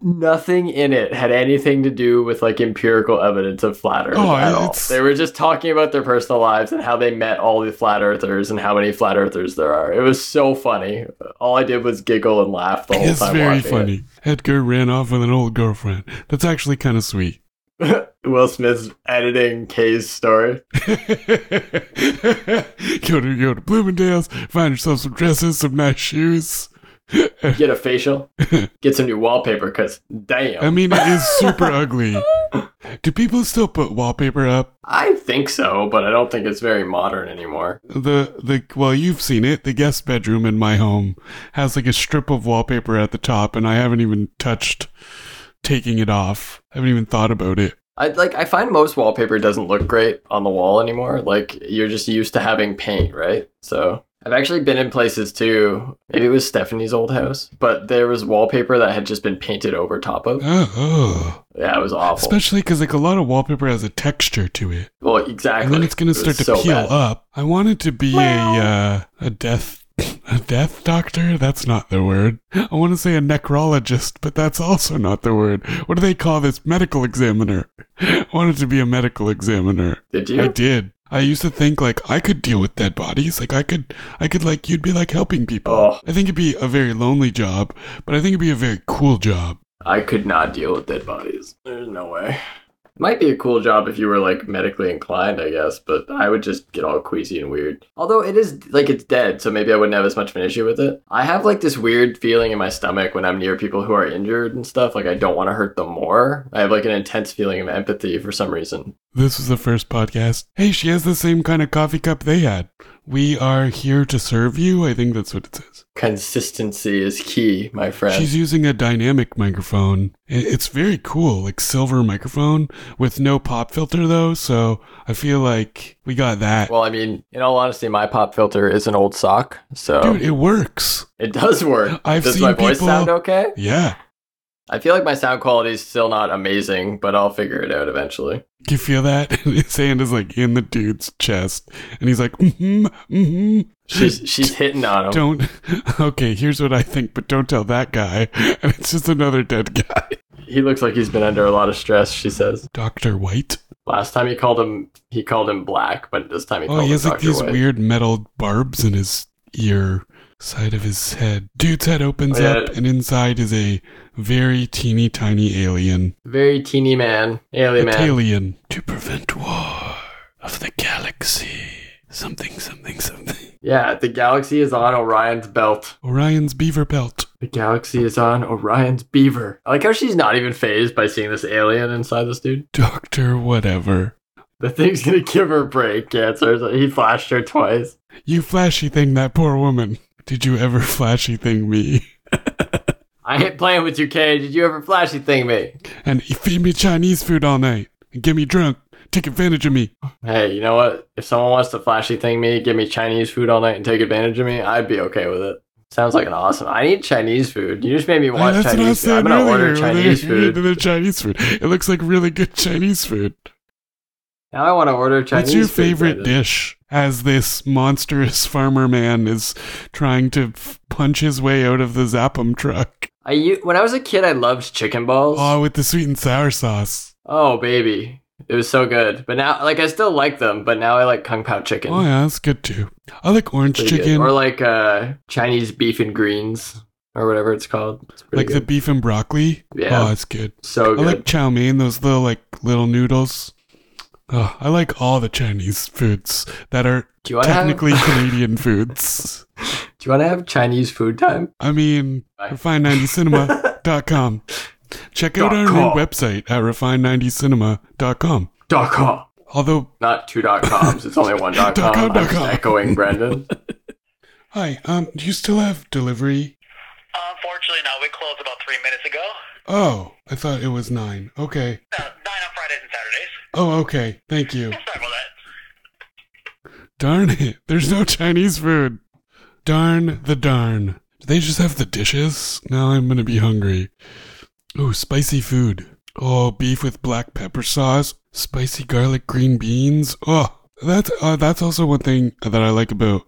B: Nothing in it had anything to do with like empirical evidence of flat Earth
A: Oh,
B: at all.
A: it's-
B: They were just talking about their personal lives and how they met all the flat Earthers and how many flat Earthers there are. It was so funny. All I did was giggle and laugh the whole
A: It's
B: time.
A: very
B: watching
A: funny. Edgar ran off with an old girlfriend. That's actually kind of sweet.
B: it. Will Smith's editing Kay's story.
A: go to go to Bloomingdale's, find yourself some dresses, some nice shoes.
B: Get a facial. Get some new wallpaper because damn.
A: I mean, it is super ugly. Do people still put wallpaper up?
B: I think so, but I don't think it's very modern anymore.
A: the the well you've seen it the guest bedroom in my home has like a strip of wallpaper at the top and i haven't even touched taking it off i haven't even thought about it
B: I like I find most wallpaper doesn't look great on the wall anymore. Like you're just used to having paint, right? So I've actually been in places too. Maybe it was Stephanie's old house, but there was wallpaper that had just been painted over top of.
A: oh, oh.
B: Yeah, it was awful.
A: especially because like a lot of wallpaper has a texture to it
B: well, exactly.
A: and then it's
B: It
A: gonna
B: was
A: start to
B: so
A: peel
B: bad.
A: up i want it to be a uh, a death a death doctor that's not the word i want to say a necrologist but that's also not the word what do they call this medical examiner i want it to be a medical examiner
B: Did you?
A: I did. I used to think like I could deal with dead bodies. Like I could, I could like you'd be like helping people.
B: Oh.
A: I think it'd be a very lonely job, but I think it'd be a very cool job.
B: I could not deal with dead bodies. There's no way. Might be a cool job if you were like medically inclined, I guess, but I would just get all queasy and weird. Although it is like it's dead, so maybe I wouldn't have as much of an issue with it. I have like this weird feeling in my stomach when I'm near people who are injured and stuff. Like I don't want to hurt them more. I have like an intense feeling of empathy for some reason.
A: This was the first podcast. Hey, she has the same kind of coffee cup they had. We are here to serve you. I think that's what it says.
B: Consistency is key, my friend.
A: She's using a dynamic microphone. I- It's very cool, like silver microphone with no pop filter though. So I feel like we got that.
B: well, I mean, in all honesty, my pop filter is an old sock, so
A: Dude, it works.
B: it does work.
A: I've
B: Does
A: seen
B: my voice
A: people-
B: sound okay?
A: Yeah.
B: I feel like my sound quality is still not amazing, but I'll figure it out eventually.
A: Do you feel that? His hand is like in the dude's chest, and he's like, mm-hmm, mm-hmm.
B: She's she's hitting on him.
A: Don't. Okay, here's what I think, but don't tell that guy. And it's just another dead guy.
B: He looks like he's been under a lot of stress. She says.
A: Doctor White.
B: Last time he called him he called him black, but this time he
A: Oh,
B: called
A: he
B: him
A: has like
B: Dr.
A: these
B: White.
A: weird metal barbs in his ear, side of his head. Dude's head opens
B: Oh, yeah.
A: up, and inside is a very teeny tiny alien.
B: Very teeny man, alien man.
A: Italian. To prevent war of the galaxy. Something, something, something.
B: yeah, the galaxy is on Orion's belt.
A: Orion's beaver belt.
B: The galaxy is on Orion's beaver. I like how she's not even phased by seeing this alien inside this dude.
A: Doctor whatever.
B: The thing's gonna give her brain cancer. He flashed her twice.
A: You flashy thing that poor woman. Did you ever flashy thing me?
B: I ain't playing with you, Kay. Did you ever flashy thing me?
A: And you feed me Chinese food all night and get me drunk. Take advantage of me.
B: Hey, you know what? If someone wants to flashy thing me, give me Chinese food all night and take advantage of me, I'd be okay with it. Sounds like an awesome. I need Chinese food. You just made me
A: Like,
B: want
A: that's what I
B: Chinese food. I'm
A: said
B: gonna
A: earlier.
B: order Chinese
A: they're-
B: food.
A: they're Chinese food. It looks like really good Chinese food.
B: Now I want to order Chinese.
A: What's your
B: food,
A: favorite
B: Brandon.
A: dish? as this monstrous farmer man is trying to f- punch his way out of the Zappum truck.
B: I u- when I was a kid, I loved chicken balls.
A: Oh, with the sweet and sour sauce.
B: Oh, baby. It was so good. But now, like, I still like them, but now I like Kung Pao chicken.
A: Oh, yeah, that's good too. I like orange
B: Pretty good.
A: chicken,
B: Or like uh, Chinese beef and greens or whatever it's called. It's pretty
A: like the
B: good.
A: beef and broccoli.
B: Yeah.
A: Oh, it's good.
B: so
A: I
B: good.
A: like chow mein, those little like little noodles. Oh, I like all the Chinese foods that are
B: do you want to have, do
A: technically Canadian foods.
B: you want to have Chinese food time?
A: I mean,
B: Right.
A: refine90cinema.com. Check out
B: Dot
A: our
B: com.
A: new website at refine90cinema.com.
B: Dot com.
A: Although,
B: Not two dot coms. It's only one dot
A: Dot
B: com.
A: com,
B: I'm
A: dot
B: just
A: com.
B: echoing Brendan.
A: hi, um, do you still have delivery?
C: Unfortunately, no. We closed about three minutes ago.
A: Oh, I thought it was nine. Okay.
C: Uh, nine on Fridays and Saturdays.
A: Oh, okay. Thank you.
C: Sorry about that.
A: Darn it. There's no Chinese food. Darn the darn. Do they just have the dishes? Now I'm going to be hungry. Oh, spicy food. Oh, beef with black pepper sauce, spicy garlic green beans. Oh, that's uh, that's also one thing that I like about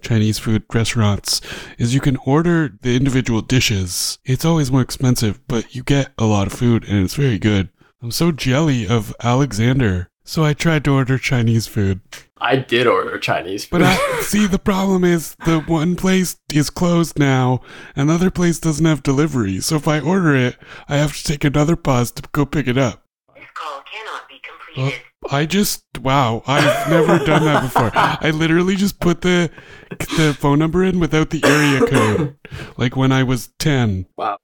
A: Chinese food restaurants is you can order the individual dishes. It's always more expensive, but you get a lot of food and it's very good. I'm so jelly of Alexander, so I tried to order Chinese food.
B: I did order Chinese food.
A: But I see the problem is the one place is closed now, another place doesn't have delivery. So if I order it, I have to take another pause to go pick it up.
C: This call cannot be
A: Uh,
C: completed.
A: I just wow, I've never done that before. I literally just put the the phone number in without the area code, like when I was ten,
B: wow.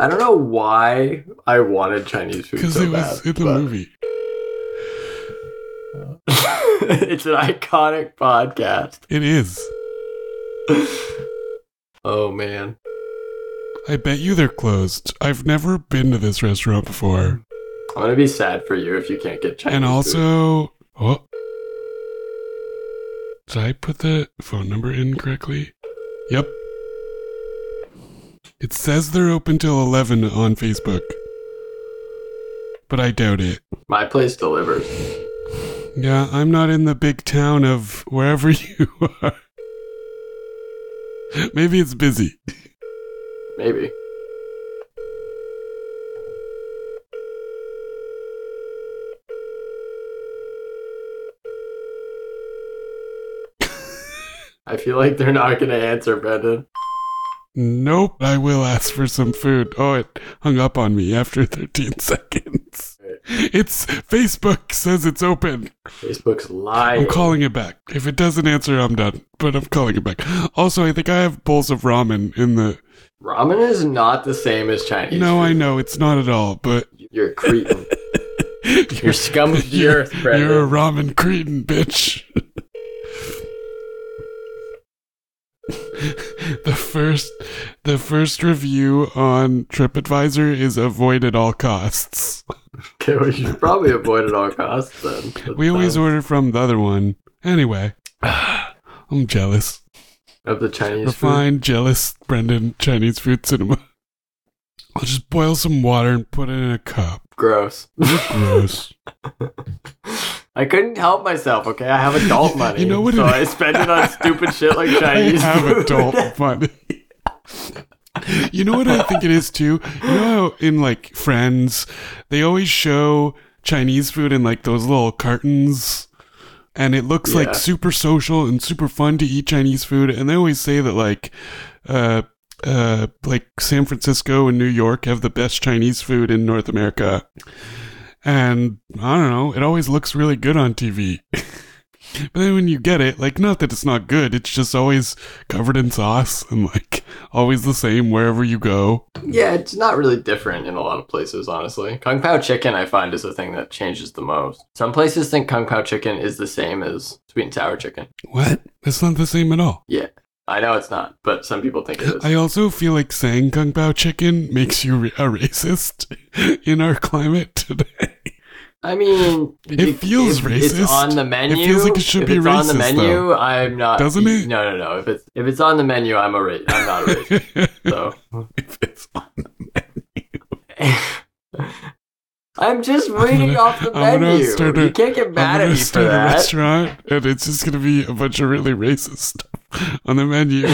B: I don't know why I wanted Chinese food
A: because
B: so
A: it was
B: bad.
A: in the
B: but-
A: movie.
B: it's an iconic podcast.
A: It is.
B: Oh man.
A: I bet you they're closed. I've never been to this restaurant before.
B: I'm gonna be sad for you if you can't get Chinese.
A: and
B: food.
A: also, oh, did I put the phone number in correctly? Yep. It says they're open till 11 on Facebook, but I doubt it.
B: my place delivers.
A: Yeah, I'm not in the big town of wherever you are. Maybe it's busy.
B: Maybe. I feel like they're not gonna answer, Brendan.
A: Nope, I will ask for some food. Oh, it hung up on me after 13 seconds. It's Facebook says it's open.
B: Facebook's lying.
A: I'm calling it back. If it doesn't answer, I'm done. But I'm calling it back. Also, I think I have bowls of ramen in the.
B: Ramen is not the same as Chinese.
A: No, I
B: food.
A: know it's not at all. But
B: You're a cretin. You're
A: you're,
B: scum of the earth, Brendan.
A: you're a ramen cretin, bitch. the first, the first review on TripAdvisor is avoid at all costs.
B: Okay, we should probably avoid at all costs then. That
A: We always
B: sounds-
A: order from the other one. Anyway, I'm jealous.
B: of the Chinese food.
A: refined, jealous Brendan Chinese food cinema. I'll just boil some water and put it in a cup.
B: Gross.
A: Gross.
B: I couldn't help myself. Okay, I have adult money,
A: know what
B: so
A: it-
B: I spend it on stupid shit like
A: I
B: Chinese
A: have
B: food.
A: adult money. you know what I think it is too? You know how in like Friends, they always show Chinese food in like those little cartons. And it looks
B: Yeah.
A: like super social and super fun to eat Chinese food. And they always say that like uh uh like San Francisco and New York have the best Chinese food in North America. And I don't know, it always looks really good on TV. but then when you get it, like not that it's not good, it's just always covered in sauce and like always the same wherever you go.
B: Yeah, it's not really different in a lot of places, honestly. Kung Pao chicken, I find, is the thing that changes the most. Some places think Kung Pao chicken is the same as sweet and sour chicken.
A: What? That's not the same at all.
B: Yeah, I know it's not, but some people think it is.
A: I also feel like saying kung pao chicken makes you re- a racist in our climate today.
B: I mean,
A: It feels
B: if
A: racist.
B: It's on the menu.
A: It feels like it should
B: if
A: be
B: it's on the
A: racist,
B: menu,
A: though.
B: I'm not.
A: Doesn't it?
B: No, no, no. If it's if it's on the menu, I'm a ra- I'm not a racist.
A: if
B: So
A: it's on the menu.
B: I I'm just reading
A: gonna-
B: off the
A: I'm gonna
B: menu.
A: start a-
B: you can't get
A: I'm
B: mad at
A: gonna
B: me for
A: start a
B: that.
A: restaurant, and it's just gonna be a bunch of really racist stuff on the menu,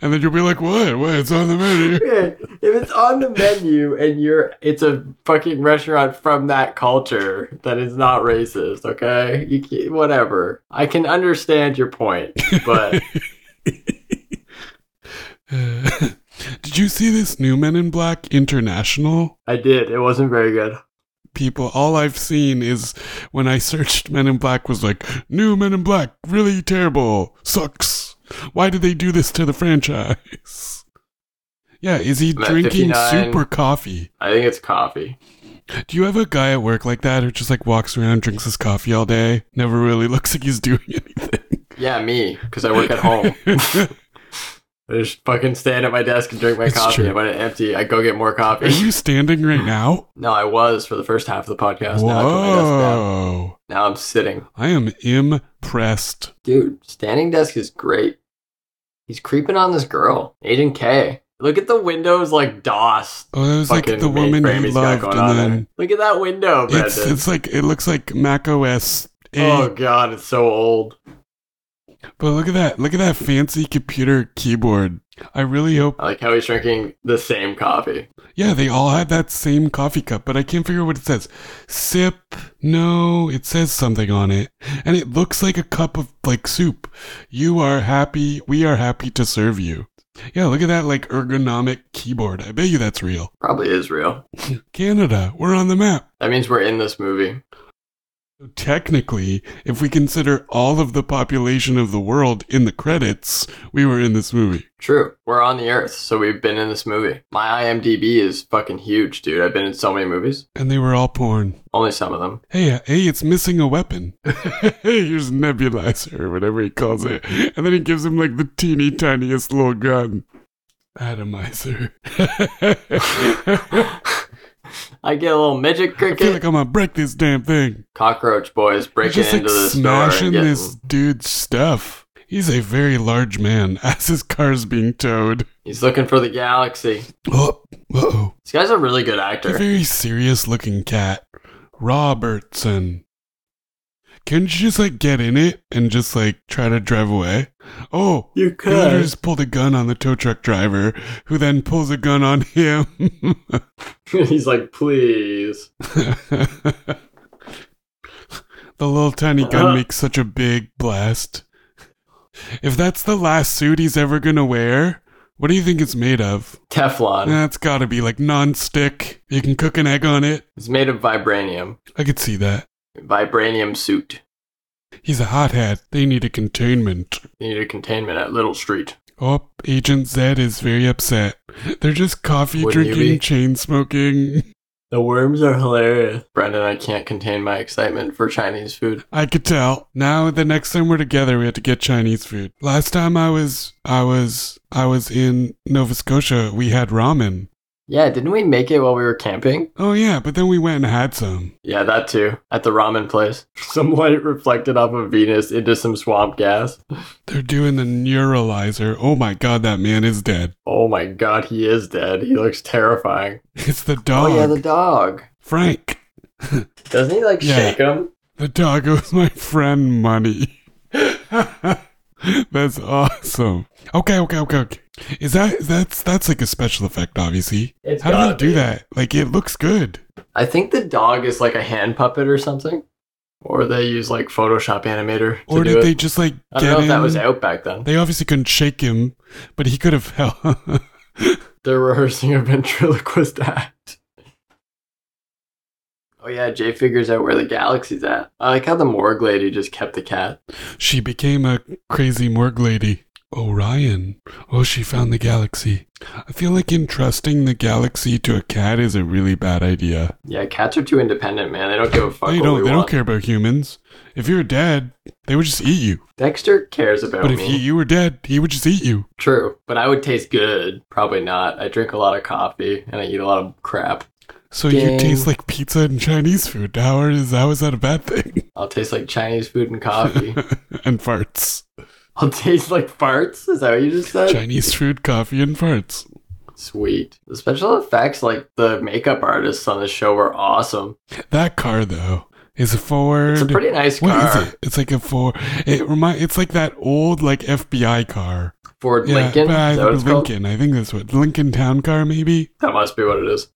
A: and then you'll be like, "What? What? It's on the menu."
B: Okay, if it's on the menu and you're it's a fucking restaurant from that culture that is not racist okay you can, whatever i can understand your point but
A: Uh, did you see this new Men in Black International?
B: i did it wasn't very good
A: People, all I've seen is when I searched Men in Black was like, "New Men in Black, really terrible, sucks." Why did they do this to the franchise? Yeah, is he
B: I'm at
A: drinking
B: 59.
A: super coffee?
B: i think it's coffee
A: Do you have a guy at work like that who just like walks around, drinks his coffee all day, never really looks like he's doing anything?
B: yeah me because i work at home i just fucking stand at my desk and drink my
A: It's
B: coffee
A: true.
B: and when it's empty i go get more
A: Are
B: coffee
A: you standing right now?
B: no i was for the first half of the podcast now, I'm at my desk now.
A: Whoa.
B: now i'm sitting
A: I am impressed.
B: Dude, standing desk is great. He's creeping on this girl, Agent K. Look at the windows like DOS.
A: Oh, that was like
B: fucking
A: the woman
B: mainframe
A: he
B: he's got
A: loved,
B: going
A: and
B: on there.
A: then
B: Look at that window, Brandon.
A: it's it's like it looks like Mac OS.
B: oh
A: 8,
B: god, it's so old.
A: But look at that! Look at that fancy computer keyboard. I really hope.
B: I like how he's drinking the same coffee.
A: Yeah, they all had that same coffee cup, but I can't figure out what it says. Sip? No, it says something on it, and it looks like a cup of like soup. You are happy. We are happy to serve you. Yeah, look at that like ergonomic keyboard. I bet you that's real.
B: Probably is real.
A: Canada, we're on the map.
B: That means we're in this movie.
A: Technically, if we consider all of the population of the world in the credits, we were in this movie.
B: True. We're on the earth, so we've been in this movie. My IMDb is fucking huge, dude. I've been in so many movies.
A: And they were all porn.
B: Only some of them.
A: Hey, uh, hey, it's missing a weapon. hey, here's nebulizer or whatever he calls it. And then he gives him like the teeny tiniest little gun. Atomizer. I
B: I get a little midget
A: feel
B: cricket.
A: like I'm gonna break this damn thing.
B: Cockroach boys
A: He's
B: breaking
A: just like
B: into the store and
A: smashing
B: getting
A: this dude's stuff. He's a very large man as his car's being towed.
B: He's looking for the galaxy.
A: Oh, uh-oh.
B: This guy's a really good
A: A
B: actor.
A: very serious looking cat. Robertson. Can not you just like get in it and just like try to drive away? Oh,
B: You
A: he literally just pulled a gun on the tow truck driver, who then pulls a gun on him.
B: He's like, please.
A: the little tiny gun makes such a big blast. If that's the last suit he's ever gonna wear, what do you think it's made of?
B: Teflon.
A: That's gotta be like non-stick. You can cook an egg on it.
B: It's made of vibranium.
A: I could see that.
B: Vibranium suit.
A: He's a hothead. They need a containment.
B: They need a containment at Little Street.
A: Oh, Agent Z is very upset. They're just coffee
B: Wouldn't you be?
A: drinking, chain smoking.
B: The worms are hilarious. Brendan, I can't contain my excitement for Chinese food.
A: I could tell. Now the next time we're together, we have to get Chinese food. Last time I was, I was, I was in Nova Scotia. We had ramen.
B: Yeah, didn't we make it while we were camping?
A: Oh yeah, but then we went and had some.
B: Yeah, that too. At the ramen place. Some light reflected off of Venus into some swamp gas.
A: They're doing the neuralizer. Oh my god, that man is dead.
B: Oh my god, he is dead. He looks terrifying.
A: It's the dog,
B: Oh yeah, the dog.
A: Frank.
B: Doesn't he like
A: Yeah.
B: shake him?
A: The dog owes my friend money. that's awesome. Okay, okay, okay, okay. Is that that's that's like a special effect, obviously.
B: It's
A: How do
B: gotta
A: they do
B: be.
A: that? Like it looks good.
B: I think the dog is like a hand puppet or something, or they use like Photoshop animator to
A: Or
B: do
A: did
B: it.
A: they just like
B: I
A: get
B: don't know if that
A: in-
B: was out back then.
A: They obviously couldn't shake him, but he could have held.
B: They're rehearsing a ventriloquist act. Oh yeah, Jay figures out where the galaxy's at. I like how the morgue lady just kept the cat.
A: she became a crazy morgue lady. Orion. Oh, she found the galaxy. I feel like entrusting the galaxy to a cat is a really bad idea.
B: Yeah, cats are too independent, man. They don't give a fuck.
A: They
B: what
A: don't.
B: we
A: They don't
B: want.
A: care about humans. If you're dead, they would just eat you.
B: Dexter cares about
A: But if
B: me.
A: he, you were dead, he would just eat you.
B: True, but I would taste good. Probably not. I drink a lot of coffee and I eat a lot of crap.
A: So
B: Dang.
A: you taste like pizza and Chinese food. How is how is that a bad thing?
B: I'll taste like Chinese food and coffee.
A: and farts.
B: I'll taste like farts. Is that what you just said?
A: Chinese food, coffee, and farts.
B: Sweet. The special effects, like the makeup artists on the show, were awesome.
A: That car though is a Ford.
B: It's a pretty nice car.
A: What is it? It's like a Ford. It remind. It's like that old like FBI car.
B: Ford Lincoln.
A: Yeah,
B: Is that what it's called?
A: Lincoln. I think that's what Lincoln Town Car maybe.
B: That must be what it is.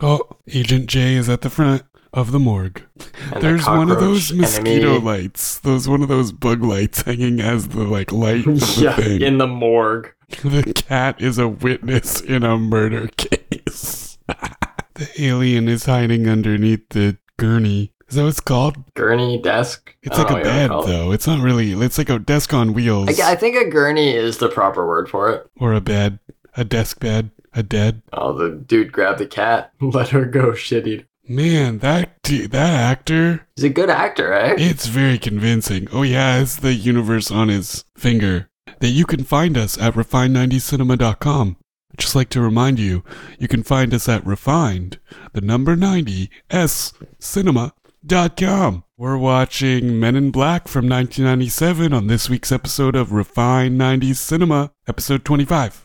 A: Oh, Agent J is at the front of the morgue.
B: And the
A: There's one of those
B: cockroach
A: mosquito
B: enemy.
A: lights. Those one of those bug lights hanging as the like light of the
B: yeah,
A: thing.
B: in the morgue.
A: the cat is a witness in a murder case. the alien is hiding underneath the gurney. Is that what it's called?
B: Gurney desk.
A: It's
B: I
A: like
B: don't
A: a
B: know what you
A: bed,
B: wanna call it.
A: though. It's not really. It's like a desk on wheels,
B: I, I think a gurney is the proper word for it.
A: or a bed, a desk bed, a dead
B: Oh, the dude grabbed the cat, and let her go shitty.
A: man. That d- that actor,
B: He's a good actor, eh?
A: it's very convincing. Oh yeah, it's the universe on his finger. That you can find us at refine90cinema.com. I'd Just like to remind you, you can find us at refined, the number 90, s cinema.com. We're watching Men in Black from 1997 on this week's episode of Refined 90s Cinema, episode 25.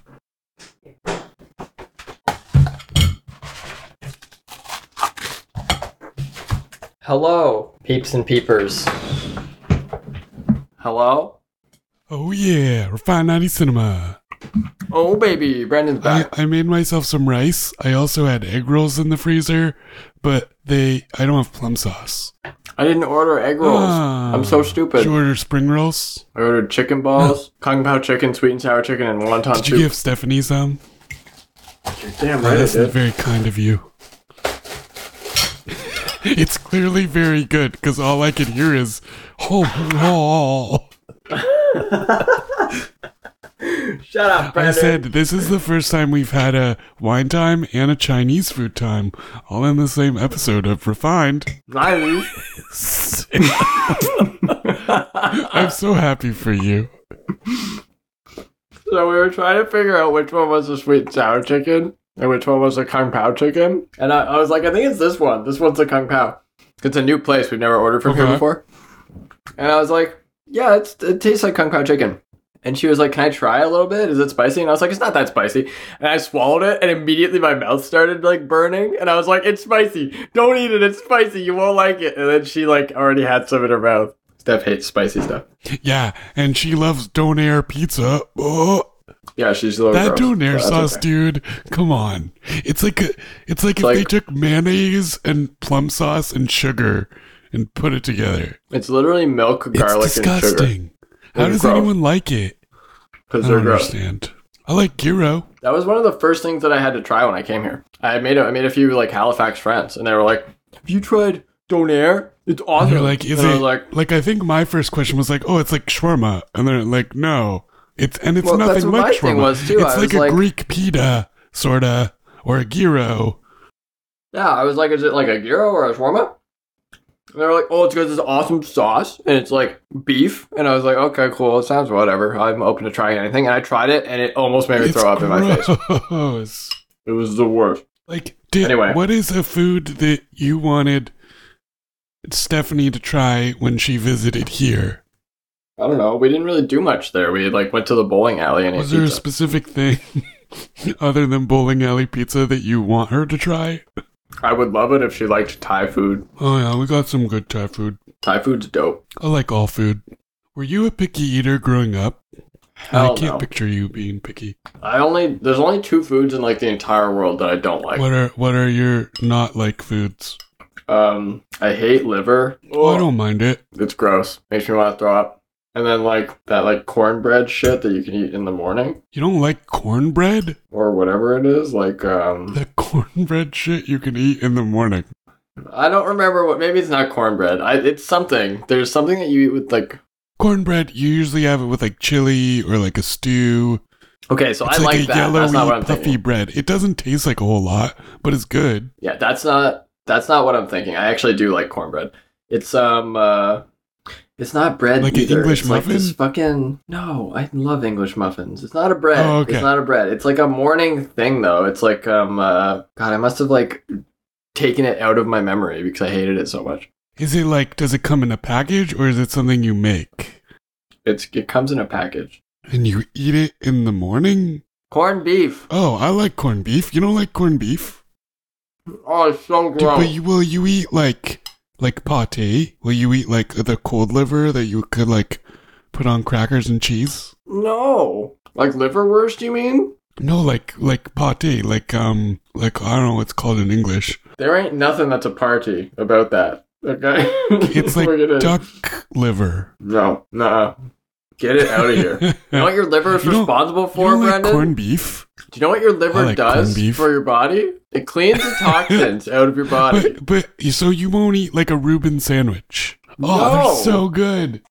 B: Hello, peeps and peepers. Hello?
A: Oh yeah, Refined 90 Cinema.
B: Oh, baby, Brandon's
A: I,
B: back.
A: I made myself some rice. I also had egg rolls in the freezer, but they I don't have plum sauce.
B: I didn't order egg rolls.
A: Ah.
B: I'm so stupid.
A: Did you order spring rolls?
B: I ordered chicken balls, kung pao chicken, sweet and sour chicken, and wonton
A: Did you
B: soup.
A: give Stephanie some?
B: You're damn
A: Oh,
B: right I
A: that's
B: did.
A: very kind of you. it's clearly very good because all I can hear is oh, oh.
B: Shut up,
A: I
B: Brandon.
A: said this is the first time we've had a wine time and a Chinese food time all in the same episode of Refined.
B: Nice.
A: I'm so happy for you.
B: So we were trying to figure out which one was the sweet and sour chicken and which one was the kung pao chicken. And I, I was like, I think it's this one. This one's the kung pao. It's a new place we've never ordered from
A: Okay.
B: here before. And I was like, yeah, it's, it tastes like kung pao chicken. And she was like, can I try a little bit? Is it spicy? And I was like, it's not that spicy. And I swallowed it and immediately my mouth started like burning. And I was like, it's spicy. Don't eat it. It's spicy. You won't like it. And then she like already had some in her mouth. Steph hates spicy stuff.
A: Yeah, and she loves Donair pizza. Oh,
B: Yeah, she's a little
A: that
B: gross, but
A: Donair
B: that's
A: sauce,
B: okay.
A: dude. Come on, it's like a, it's like if they
B: like-
A: took mayonnaise and plum sauce and sugar and put it together.
B: It's literally milk, garlic,
A: it's
B: and sugar.
A: disgusting. How
B: It's
A: does
B: gross.
A: anyone like it? I
B: Because
A: don't
B: they're gross.
A: understand. I like gyro.
B: That was one of the first things that I had to try when I came here. I had made a, I made a few like Halifax friends, and they were like, "Have you tried Donair? It's awesome."
A: They're like, is
B: and I
A: it
B: was like,
A: like, I think my first question was like, oh, it's like shawarma, and they're like, no, it's and it's
B: Well, that's
A: nothing
B: what
A: like
B: my thing
A: shawarma.
B: was, too.
A: It's
B: I
A: like
B: was
A: a
B: like-
A: Greek pita, sorta, or a gyro.
B: "Yeah." I was like, "Is it like a gyro or a shawarma?" And they were like, "Oh, it's got this awesome sauce, and it's like beef." And I was like, "Okay, cool. It sounds whatever. I'm open to trying anything." And I tried it, and it almost made me
A: It's
B: throw up in my face.
A: gross.
B: It was the worst.
A: Like, did,
B: Anyway.
A: what is a food that you wanted Stephanie to try when she visited here?
B: I don't know. We didn't really do much there. We like went to the bowling alley and ate
A: Was there a
B: pizza.
A: specific thing other than bowling alley pizza that you want her to try?
B: I would love it if she liked Thai food.
A: Oh yeah, we got some good Thai food.
B: Thai food's dope.
A: I like all food. Were you a picky eater growing up? I
B: Hell
A: can't
B: no.
A: picture you being picky.
B: I only there's only two foods in like the entire world that I don't like.
A: what are what are your not like foods? Oh,
B: Um, I hate liver.
A: I don't mind it.
B: It's gross. Makes me want to throw up. And then like that like cornbread shit that you can eat in the morning
A: You don't like cornbread?
B: or whatever it is. Like um,
A: The cornbread shit you can eat in the morning.
B: I don't remember what. Maybe it's not cornbread. I it's something. There's something that you eat with like.
A: Cornbread, you usually have it with like chili or like a stew.
B: Okay, so
A: It's
B: I like,
A: like, a
B: that. That's not what
A: yellowy,
B: I'm
A: puffy
B: thinking.
A: bread. It doesn't taste like a whole lot, but it's good.
B: Yeah, that's not that's not what I'm thinking. I actually do like cornbread. It's um uh it's not bread
A: Like an
B: either.
A: English
B: it's Like this
A: muffin?
B: fucking no, I love English muffins. It's not a bread.
A: Oh, okay.
B: It's not a bread. It's like a morning thing though. It's like um uh God, I must have like taken it out of my memory because I hated it so much.
A: Is it like, does it come in a package or is it something you make?
B: It's it comes in a package.
A: And you eat it in the morning?
B: Corned beef.
A: Oh, I like corned beef. You don't like corned beef?
B: Oh, it's so
A: Do,
B: gross.
A: but you, will you eat like like pate? Will you eat like the cold liver that you could like put on crackers and cheese?
B: No. Like liverwurst, you mean?
A: No, like like pate, like um like I don't know what's called in English.
B: There ain't nothing that's a party about that. Okay?
A: It's
B: We're
A: like
B: gonna-
A: duck liver.
B: No, nah. Get it out of here. you know what your liver is
A: You don't-
B: responsible
A: You
B: for,
A: don't like
B: Brendan?
A: corned beef,
B: Do you know what your
A: I
B: liver
A: like corned
B: does
A: beef.
B: for your body? It cleans the toxins out of your body.
A: but but so you won't eat like a Reuben sandwich. Oh,
B: No.
A: they're so good.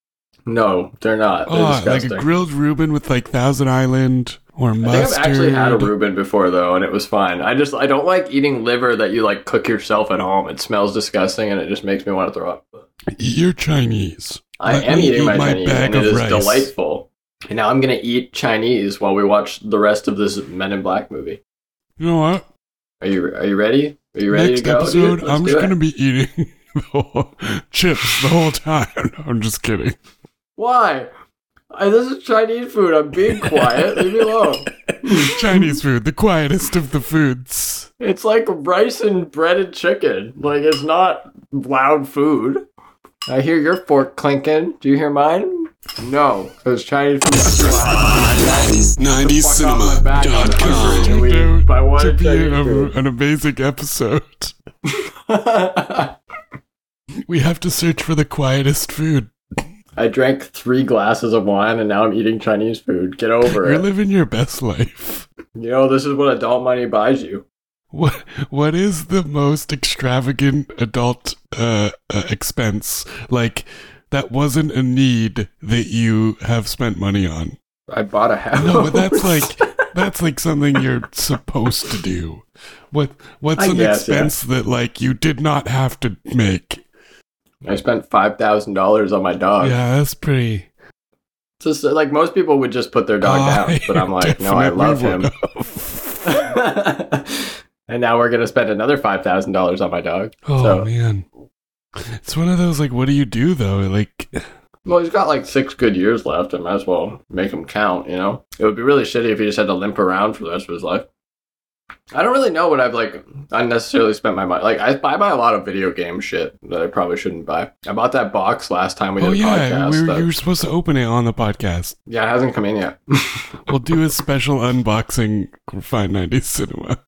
B: No, they're not. They're
A: Oh, like a
B: disgusting.
A: grilled Reuben with like Thousand Island or
B: I think I've
A: mustard.
B: actually had a Reuben before though, and it was fine. I just I don't like eating liver that you like cook yourself at home. It smells disgusting, and it just makes me want to throw up.
A: You're Chinese.
B: I
A: Let
B: am
A: me
B: eating
A: eat
B: my,
A: my
B: Chinese,
A: bag
B: and it
A: of
B: is
A: rice.
B: delightful. And now I'm gonna eat Chinese while we watch the rest of this Men in Black movie.
A: You know what?
B: Are you Are you ready? Are you ready
A: Next
B: to go?
A: episode,
B: dude? Let's
A: I'm
B: do
A: just
B: it.
A: gonna be eating the whole, chips the whole time. No, I'm just kidding.
B: Why? I, this is Chinese food. I'm being quiet. Leave me alone.
A: Chinese food, the quietest of the foods.
B: It's like rice and bread and chicken. Like it's not loud food. I hear your fork clinking. Do you hear mine? No, because Chinese food is loud.
D: 90s
B: Fuck off my back. I'm hungry and we eat by one
A: to be
B: Chinese
A: a,
B: food.
A: an amazing episode, we have to search for the quietest food.
B: I drank three glasses of wine and now I'm eating Chinese food. Get over
A: You're
B: it.
A: living your best life.
B: You know, this is what adult money buys you.
A: What what is the most extravagant adult uh, uh, expense? Like that wasn't a need that you have spent money on.
B: I bought a house.
A: No, but that's like that's like something you're supposed to do. What what's
B: I
A: an
B: guess, yeah.
A: expense that like you did not have to make?
B: I spent $5,000 on my dog.
A: yeah, that's pretty.
B: So, so, like most people would just put their dog
A: I
B: down, but I'm like, no, I
A: definitely
B: love him.
A: would
B: and now we're gonna spend another five thousand dollars on my dog.
A: Oh
B: so,
A: man, it's one of those like, what do you do though? Like,
B: well, he's got like six good years left. I might as well make him count. You know, it would be really shitty if he just had to limp around for the rest of his life. I don't really know what I've like unnecessarily spent my money. Like I, I buy a lot of video game shit that I probably shouldn't buy. I bought that box last time we did
A: oh
B: a
A: yeah,
B: podcast.
A: we
B: that-
A: were, you were supposed to open it on the podcast.
B: yeah, it hasn't come in yet.
A: We'll do a special unboxing for Fine 90s Cinema.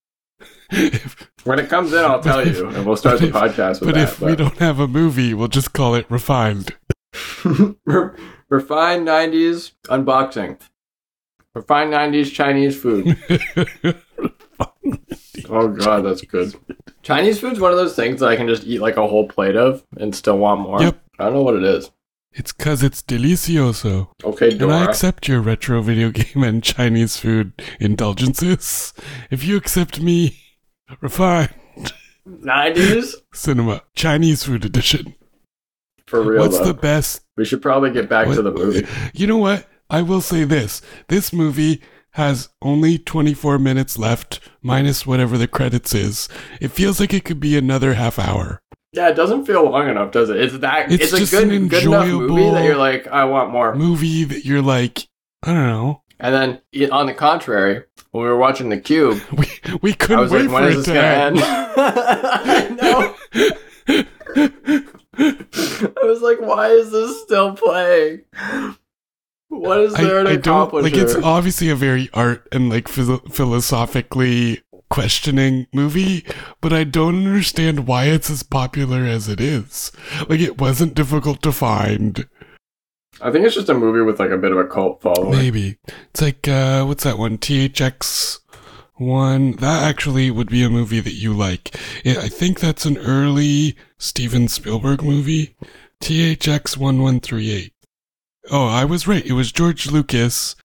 A: If-
B: when it comes in, I'll tell you, and we'll start the
A: But
B: podcast with
A: but
B: that.
A: if we don't have a movie, we'll just call it Refined.
B: Re- refined 90s unboxing. Refined 90s Chinese food. oh god, that's good. Chinese food's one of those things that I can just eat like a whole plate of and still want more.
A: Yep.
B: I don't know what it is.
A: It's because it's delicioso.
B: Okay,
A: And I
B: Dora.
A: accept your retro video game and Chinese food indulgences. If you accept me, Refined
B: 90s?
A: Cinema, Chinese Food Edition.
B: For real
A: What's
B: though.
A: the best
B: we should probably get back to the
A: What-
B: movie.
A: You know what? I will say this. This movie has only 24 minutes left, minus whatever the credits is. It feels like it could be another half hour.
B: Yeah, it doesn't feel long enough, does it? It's that
A: It's
B: it's, a
A: just
B: good
A: an
B: good enough movie
A: enjoyable-
B: that you're like, I want more.
A: Movie that you're like, I don't know.
B: And then i- on the contrary, when we were watching the cube,
A: We we
B: I
A: couldn't
B: was
A: wait
B: like, when
A: for
B: is
A: it
B: this
A: to
B: gonna end?
A: end.
B: I know. I was like, why is this still playing? What is
A: I,
B: there to
A: I don't
B: accomplish
A: like. It's
B: here?
A: obviously a very art and like philo- philosophically questioning movie, but I don't understand why it's as popular as it is. Like, it wasn't difficult to find.
B: I think it's just a movie with like a bit of a cult following.
A: Maybe. It's like, uh, what's that one? THX one. That actually would be a movie that you like. It, I think that's an early Steven Spielberg movie. THX 1138. Oh, I was right. It was George Lucas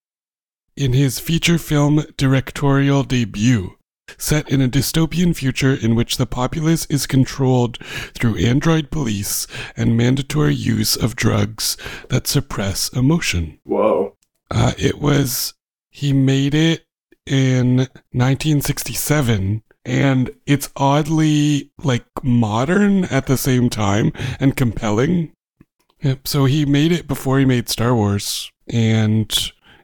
A: in his feature film directorial debut. Set in a dystopian future in which the populace is controlled through android police and mandatory use of drugs that suppress emotion.
B: Whoa.
A: Uh, it was he made it in 1967, and it's oddly like modern at the same time and compelling. Yep. So he made it before he made Star Wars, and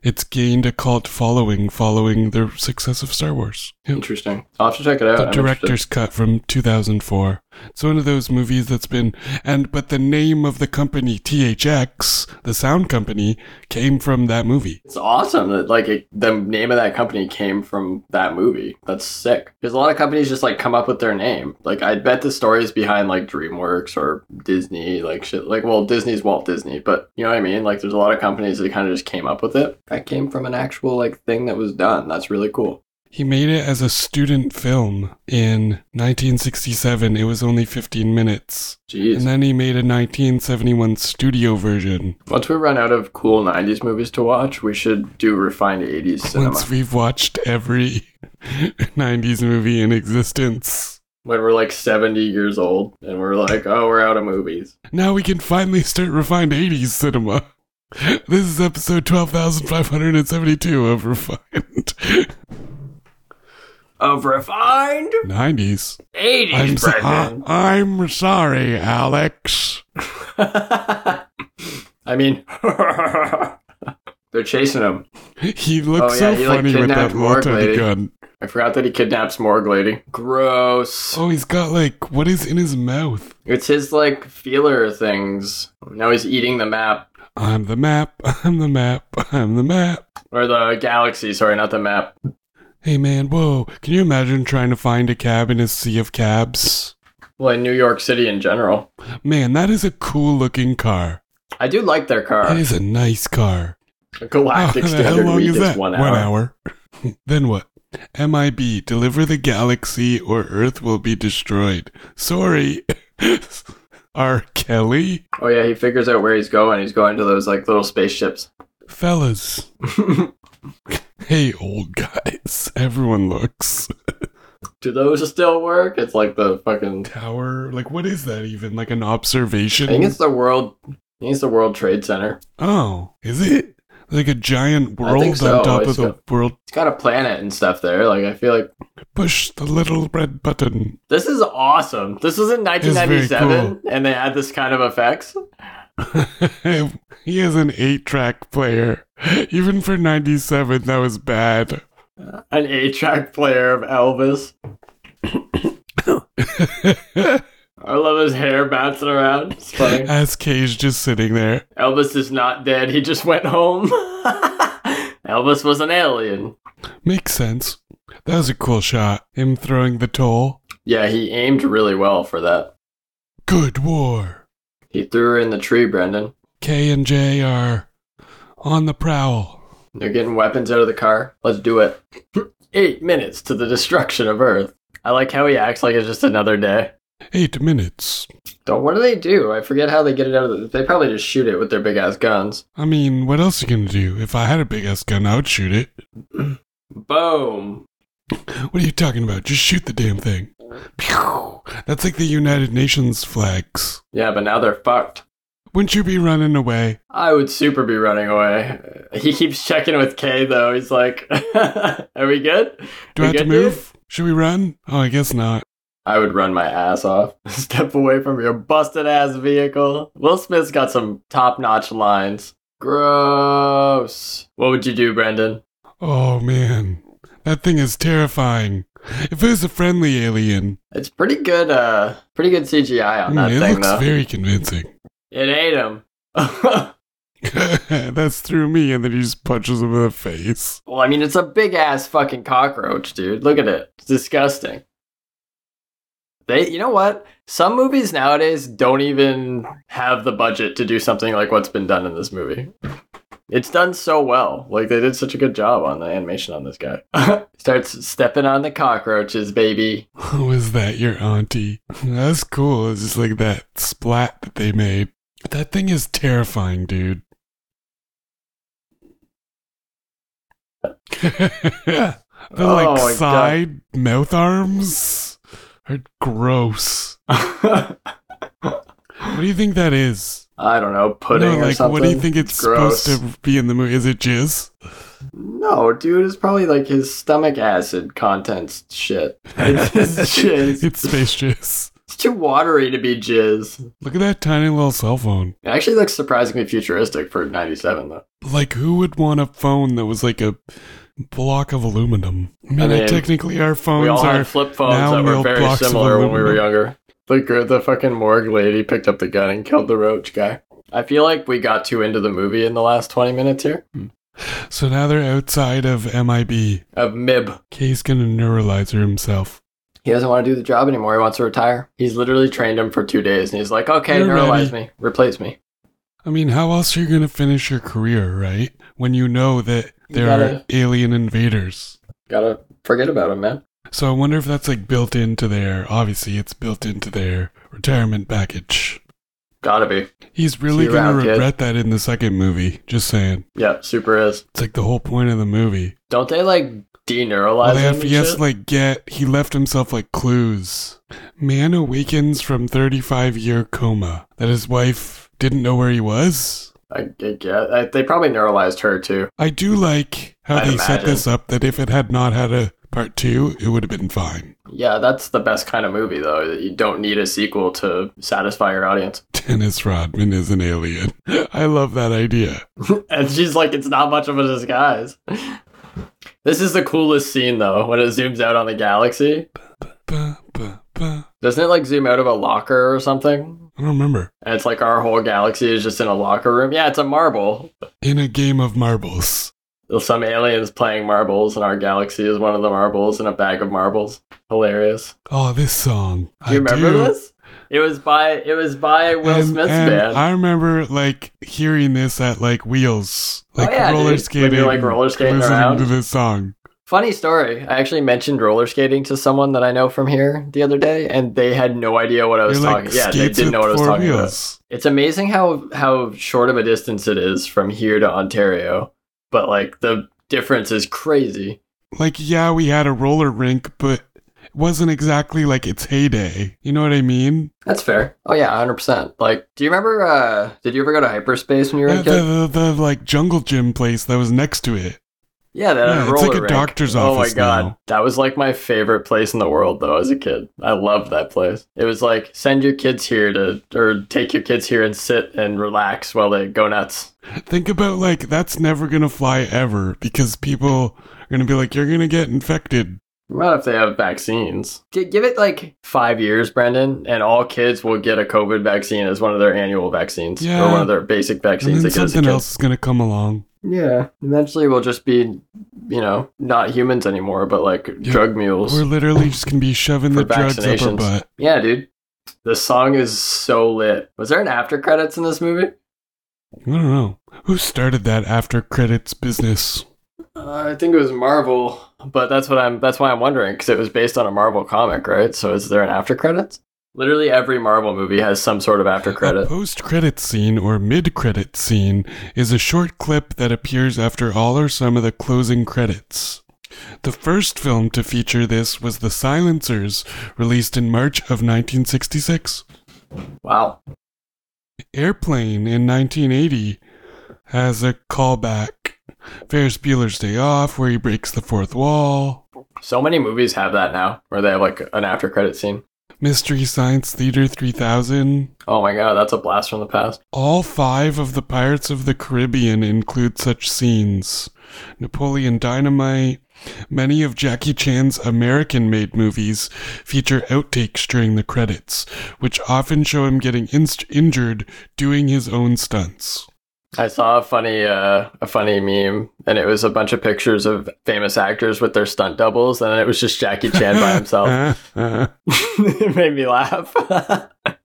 A: it's gained a cult following following the success of Star Wars. Yeah.
B: Interesting. I'll have to check it out.
A: The
B: I'm interested.
A: director's cut from 2004. It's one of those movies that's been and but the name of the company THX, the sound company, came from that movie.
B: It's awesome that like it, the name of that company came from that movie. That's sick. Because a lot of companies just like come up with their name. Like I bet the stories behind like DreamWorks or Disney, like shit. Like well, Disney's Walt Disney, but you know what I mean. Like there's a lot of companies that kind of just came up with it. That came from an actual like thing that was done. That's really cool.
A: He made it as a student film in 1967. It was only 15 minutes. And
B: Jeez.
A: then he made a 1971 studio version.
B: Once we run out of cool '90s movies to watch, we should do refined '80s cinema.
A: Once we've watched every 90s movie in existence,
B: when we're like 70 years old and we're like, oh, we're out of movies.
A: now we can finally start refined 80s cinema. This is episode 12,572 of Refined
B: Of refined
A: 90s.
B: 80s,
A: I'm, so-
B: Brendan.
A: I- I'm sorry, Alex.
B: I mean, they're chasing him.
A: He looks
B: Oh, yeah,
A: so
B: he, like,
A: funny with
B: kidnapped
A: that
B: Mork
A: Lotto
B: lady.
A: gun.
B: I forgot that he kidnaps Morg Lady. Gross.
A: Oh, he's got like, what is in his mouth?
B: It's his, like, feeler things. Now he's eating the map.
A: I'm the map, I'm the map, I'm the map.
B: Or the galaxy, sorry, not the map.
A: Hey man, whoa, can you imagine trying to find a cab in a sea of cabs?
B: Well, in New York City in general.
A: Man, that is a cool looking car.
B: I do like their
A: That
B: car.
A: is a nice car.
B: A galactic
A: Oh, how
B: standard
A: long
B: week
A: is
B: is
A: that?
B: one hour.
A: then what? MIB, deliver the galaxy or Earth will be destroyed. Sorry. R. Kelly?
B: Oh, yeah, he figures out where he's going. He's going to those, like, little spaceships.
A: Fellas. hey, old guys. Everyone looks.
B: do those still work? It's like the fucking.
A: Tower? Like, what is that even? Like an
B: I think
A: observation?
B: it's the world. I think it's the World Trade Center.
A: Oh, is it? Like a giant
B: I
A: world
B: think so.
A: on top
B: It's
A: of the world.
B: It's got a planet and stuff there. Like I feel like
A: Push the little red button.
B: this is awesome. This was in
A: is very
B: 1997, and they had this kind of effects.
A: he is an eight track player. Even for 97, that was bad.
B: An eight-track player of Elvis. I love his hair bouncing around. It's funny.
A: As Cage just sitting there.
B: Elvis is not dead. He just went home. Elvis was an alien.
A: Makes sense. That was a cool shot. Him throwing the toll.
B: Yeah, he aimed really well for that.
A: Good war.
B: He threw her in the tree, Brendan.
A: K and J are on the prowl.
B: They're getting weapons out of the car. Let's do it. Eight minutes to the destruction of Earth. I like how he acts like it's just another day.
A: Eight minutes.
B: Don't, what do they do? I forget how they get it out of the. They probably just shoot it with their big ass guns.
A: I mean, what else are you gonna do? If I had a big ass gun, I would shoot it.
B: Boom.
A: What are you talking about? Just shoot the damn thing. Pew! That's like the United Nations flags.
B: Yeah, but now they're fucked.
A: Wouldn't you be running away?
B: I would super be running away. He keeps checking with Kay though. He's like, "Are we good?
A: Do
B: We
A: I have to
B: good, dude?"
A: move? Should we run? Oh, I guess not.
B: I would run my ass off. Step away from your busted ass vehicle. Will Smith's got some top notch lines. Gross. What would you do, Brendan?
A: Oh man, that thing is terrifying. If it was a friendly alien,
B: It's pretty good, uh, pretty good CGI on
A: mm,
B: that
A: it
B: thing,
A: looks
B: though.
A: very convincing.
B: it ate him. well,
A: That's through me, and then he just punches him in the face.
B: I mean, it's a big ass fucking cockroach, dude. Look at it. It's disgusting. They, you know what? Some movies nowadays don't even have the budget to do something like what's been done in this movie. It's done so well. Like they did such a good job on the animation on this guy. Starts stepping on the cockroaches, baby.
A: Was that your auntie? That's cool. It's just like that splat that they made. That thing is terrifying, dude. the
B: Oh
A: like
B: my God.
A: side mouth arms are gross.
B: I
A: What do you think that is?
B: don't know, pudding
A: no,
B: or
A: like,
B: something.
A: what do you think it's, supposed to be in the movie? Is it jizz?
B: No, dude, it's probably like his stomach acid contents shit. It's his jizz.
A: It's space jizz.
B: It's too watery to be jizz.
A: Look at that tiny little cell phone.
B: It actually looks surprisingly futuristic for 97, though.
A: Like, who would want a phone that was like a block of aluminum? I mean,
B: I mean,
A: technically, our phones
B: we all
A: are.
B: had flip phones
A: now
B: that were
A: real
B: very
A: blocks of
B: similar when we were
A: aluminum.
B: younger. The gr- the fucking morgue lady picked up the gun and killed the roach guy. I feel like we got too into the movie in the last 20 minutes here.
A: so now they're outside of MIB.
B: Of Mib.
A: Kay's gonna neuralizer himself.
B: He doesn't want to do the job anymore. He wants to retire. He's literally trained him for two days and he's like, okay,
A: You're
B: neuralize
A: ready.
B: me, replace me.
A: I mean, how else are you gonna finish your career, right? When you know that
B: You
A: there are
B: gotta-
A: alien invaders.
B: Gotta forget about him, man.
A: So I wonder if that's like built into their. Obviously, it's built into their retirement package.
B: Gotta be.
A: He's really
B: you
A: gonna
B: around, kid.
A: regret that in the second movie. Just saying,
B: Yeah, super is.
A: it's like the whole point of the movie.
B: Don't they like
A: Well,
B: deneuralize
A: they
B: him?
A: have, E
B: and
A: he has
B: shit?
A: to like get. He left himself like clues. Man awakens from 35 year coma that his wife didn't know where he was.
B: I, I guess. I, they probably neuralized her too.
A: I do like how
B: I'd
A: they set
B: imagine.
A: this up that if it had not had a part two, it would have been fine.
B: Yeah, that's the best kind of movie though. that You don't need a sequel to satisfy your audience.
A: Dennis Rodman is an alien. I love that idea.
B: And she's like, it's not much of a disguise. This is the coolest scene though, when it zooms out on the galaxy.
A: Ba, ba, ba.
B: Doesn't it like zoom out of a locker or something?
A: I don't remember.
B: And it's like our whole galaxy is just in a locker room. Yeah, it's a marble.
A: In a game of marbles.
B: Some aliens playing marbles, and our galaxy is one of the marbles in a bag of marbles. Hilarious.
A: Oh, this song.
B: Do you
A: I
B: remember
A: do.
B: this? It was by it was by Will
A: And-
B: Smith's
A: and
B: band.
A: I remember like hearing this at like wheels, like
B: Oh, yeah, dude.
A: roller
B: When you're,
A: skating,
B: like, roller skating
A: listening
B: around.
A: to this song.
B: Funny story. I actually mentioned roller skating to someone that I know from here the other day, and they had no idea what I was
A: You're
B: talking.
A: like
B: yeah, they
A: skates
B: didn't
A: with
B: know what I was
A: four
B: talking about.
A: wheels.
B: It's amazing how how short of a distance it is from here to Ontario, but like the difference is crazy.
A: Like yeah, we had a roller rink, but it wasn't exactly like its heyday. You know what I mean?
B: That's fair. Oh yeah, hundred percent. Like, do you remember? uh Did you ever go to hyperspace when you were
A: The,
B: a kid?
A: the, the, like jungle gym place that was next to it.
B: Yeah, that
A: Yeah,
B: had
A: it's
B: roller
A: like a
B: rink.
A: doctor's
B: Oh my
A: office
B: god,
A: now.
B: that was like my favorite place in the world though. As a kid, I loved that place. It was like send your kids here to or take your kids here and sit and relax while they go nuts.
A: Think about like that's never gonna fly ever because people are gonna be like, you're gonna get infected.
B: Not if they have vaccines. Gi- Give it like five years, Brendan, and all kids will get a COVID vaccine as one of their annual vaccines
A: Yeah.
B: or one of their basic
A: And then
B: vaccines. They get as a
A: something
B: kid.
A: else is gonna come along.
B: Yeah, eventually we'll just be, you know, not humans anymore, but like drug mules.
A: We're literally just gonna be shoving the
B: For
A: drugs up our
B: vaccinations.
A: butt.
B: Yeah, dude. The song is so lit. Was there an after credits in this movie?
A: I don't know. Who started that after credits business?
B: Uh, I think it was Marvel, but that's what I'm. That's why I'm wondering because it was based on a Marvel comic, right? So is there an after credits? Literally every Marvel movie has some sort of after
A: A
B: credit.
A: post credit scene or mid credit scene is a short clip that appears after all or some of the closing credits. The first film to feature this was The Silencers, released in March of 1966.
B: Wow.
A: Airplane in 1980 has a callback. Ferris Bueller's Day Off, where he breaks the fourth wall.
B: So many movies have that now, where they have like an after credit scene.
A: Mystery Science Theater 3000,
B: Oh my god, that's a blast from the past.
A: All five of the Pirates of the Caribbean include such scenes. Napoleon Dynamite, many of Jackie Chan's American made movies feature outtakes during the credits, which often show him getting inst- injured doing his own stunts.
B: I saw a funny, uh, a funny meme, and it was a bunch of pictures of famous actors with their stunt doubles, and it was just Jackie Chan by himself. it made me laugh. but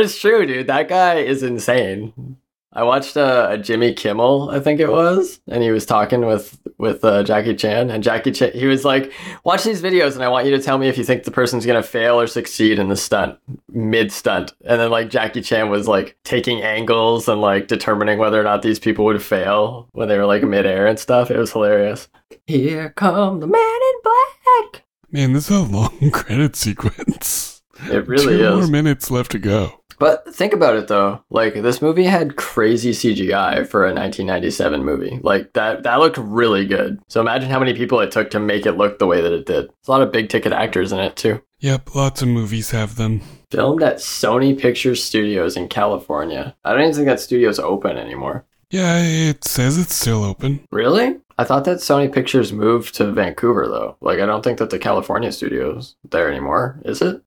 B: it's true, dude. That guy is insane. I watched uh, a Jimmy Kimmel, I think it was, and he was talking with with uh, Jackie Chan, and Jackie Chan, he was like, "Watch these videos, and I want you to tell me if you think the person's gonna fail or succeed in the stunt, mid stunt." And then like Jackie Chan was like taking angles and like determining whether or not these people would fail when they were like midair and stuff. It was hilarious. Here come the man in black.
A: Man, this is a long credit sequence.
B: It really
A: Two
B: is.
A: more minutes left to go.
B: But think about it though. Like this movie had crazy CGI for a 1997 movie. Like that that looked really good. So imagine how many people it took to make it look the way that it did. There's a lot of big ticket actors in it too.
A: Yep, lots of movies have them.
B: Filmed at Sony Pictures Studios in California. I don't even think that studio's open anymore.
A: Yeah, it says it's still open.
B: Really? I thought that Sony Pictures moved to Vancouver though. Like I don't think that the California studio's there anymore, is it?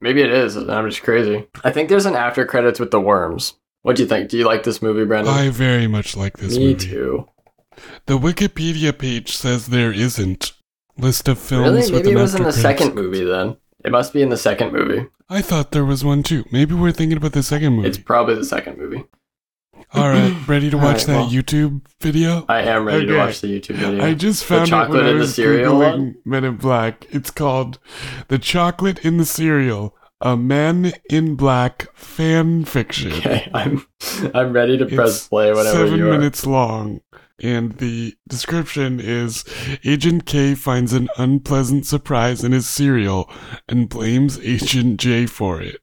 B: Maybe it is. and I'm just crazy. I think there's an after credits with the worms. What do you think? Do you like this movie, Brandon?
A: I very much like this
B: Me
A: movie.
B: too.
A: The Wikipedia page says there isn't. List of films
B: Really?
A: with
B: Maybe
A: an
B: it was in the
A: after credits.
B: second movie then. It must be in the second movie.
A: I thought there was one too. Maybe we're thinking about the second movie.
B: It's probably the second movie.
A: All right, ready to
B: All
A: watch
B: right,
A: that
B: well.
A: YouTube video?
B: I am ready to
A: Okay.
B: watch the YouTube video.
A: I just found it
B: chocolate
A: when I
B: and the
A: was
B: cereal
A: Googling
B: one?
A: Men in Black. It's called "The Chocolate in the Cereal: A Men in Black Fan Fiction."
B: okay, I'm I'm ready to press
A: It's
B: play whenever
A: Seven
B: you are.
A: minutes long, and the description is: Agent K finds an unpleasant surprise in his cereal and blames Agent J for it.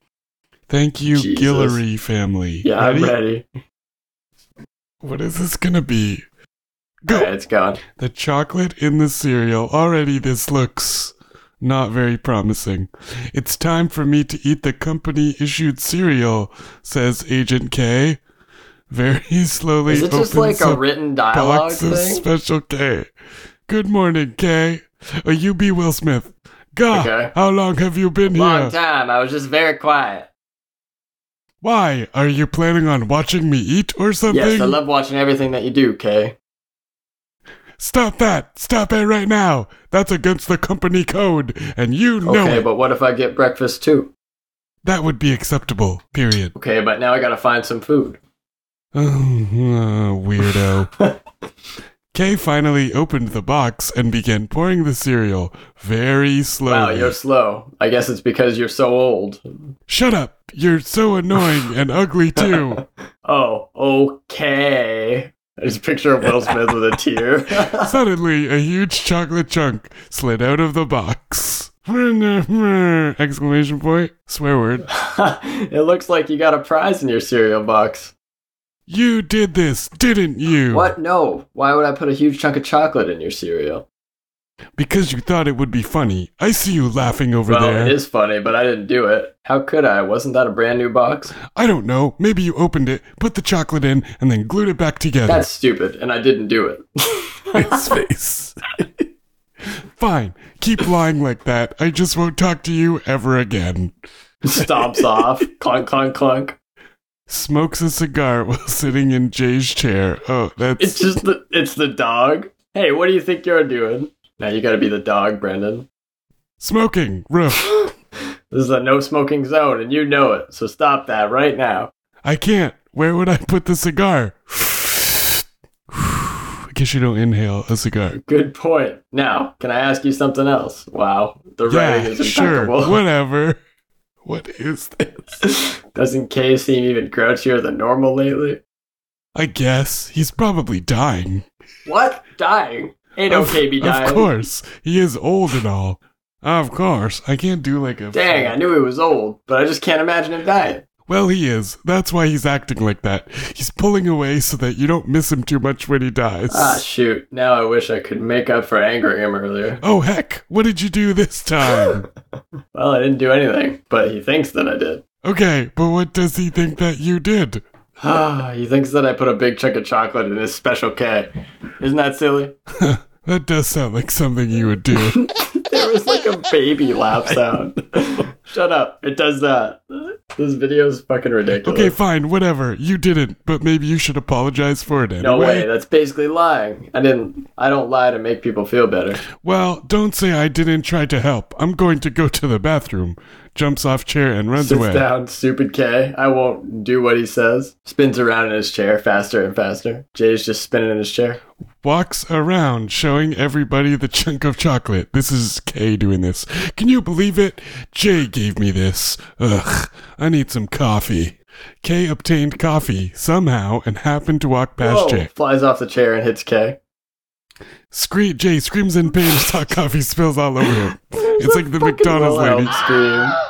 A: Thank you,
B: Jesus.
A: Guillory family.
B: Yeah, I'm ready.
A: What is this gonna be? Go.
B: Alright, it's gone.
A: The chocolate in the cereal. Already this looks not very promising. It's time for me to eat the company issued cereal, says Agent K. Very slowly
B: Is it just
A: opens
B: like a
A: up
B: written dialogue
A: box of
B: thing?
A: Special K. Good morning, K. Oh, you be Will Smith. God,
B: Okay.
A: how long have you been
B: Long
A: here?
B: time. I was just very quiet.
A: Why? Are you planning on watching me eat or something?
B: Yes, I love watching everything that you do, Kay.
A: Stop that! Stop it right now! That's against the company code, and you know
B: Okay,
A: it.
B: but what if I get breakfast too?
A: That would be acceptable, period.
B: Okay, but now I gotta find some food.
A: Oh, uh, weirdo. Kay finally opened the box and began pouring the cereal very
B: Wow,
A: slowly.
B: you're slow. I guess it's because you're so old.
A: Shut up! You're so annoying and ugly too.
B: Oh, okay. I just picture Will Smith with a tear.
A: Suddenly, a huge chocolate chunk slid out of the box. Exclamation point. Swear word.
B: it looks like you got a prize in your cereal box.
A: You did this, didn't you?
B: What? No. Why would I put a huge chunk of chocolate in your cereal?
A: Because you thought it would be funny. I see you laughing over
B: well,
A: there.
B: it is funny, but I didn't do it. How could I? Wasn't that a brand new box?
A: I don't know. Maybe you opened it, put the chocolate in, and then glued it back together.
B: That's stupid, and I didn't do it.
A: his face. Fine. Keep lying like that. I just won't talk to you ever again.
B: Stomps off. Clunk, clunk, clunk.
A: Smokes a cigar while sitting in Jay's chair. Oh, that's
B: It's just the it's the dog. Hey, what do you think you're doing? Now you gotta be the dog, Brendan.
A: smoking. Roof.
B: This is a no smoking zone and you know it, so stop that right now.
A: I can't. Where would I put the cigar? I guess you don't inhale a cigar.
B: Good point. Now, can I ask you something else? Wow. The writing
A: Yeah,
B: is
A: sure.
B: impeccable.
A: Whatever. What is that?
B: Doesn't Kay seem even grouchier than normal lately?
A: I guess he's probably dying.
B: What? Dying? Ain't okay be dying.
A: Of course. He is old and all. Of course. I can't do like a
B: Dang, I knew he was old, but I just can't imagine him dying.
A: Well, he is. That's why he's acting like that. He's pulling away so that you don't miss him too much when he dies.
B: Ah shoot. Now I wish I could make up for angering him earlier.
A: oh, heck. What did you do this time?
B: Well, I didn't do anything, but he thinks that I did.
A: okay, but what does he think that you did?
B: Ah, he thinks that I put a big chunk of chocolate in his special K. Isn't that silly?
A: That does sound like something you would do.
B: There was like a baby laugh sound. Shut up. It does that. This video is fucking ridiculous.
A: okay, fine, whatever. You didn't, but maybe you should apologize for it anyway.
B: no way. That's basically lying. I didn't. I don't lie to make people feel better.
A: Well, don't say I didn't try to help. I'm going to go to the bathroom. Jumps off chair and runs
B: Sits
A: away.
B: down, stupid K. I won't do what he says. Spins around in his chair faster and faster. Jay's just spinning in his chair.
A: walks around showing everybody the chunk of chocolate. This is Kay doing this. Can you believe it? Jay gave me this. Ugh, I need some coffee. Kay obtained coffee somehow and happened to walk past
B: Whoa!
A: Jay.
B: Flies off the chair and hits K.
A: Scree- Jay screams in pain as hot coffee spills all over him. It's like the McDonald's lady.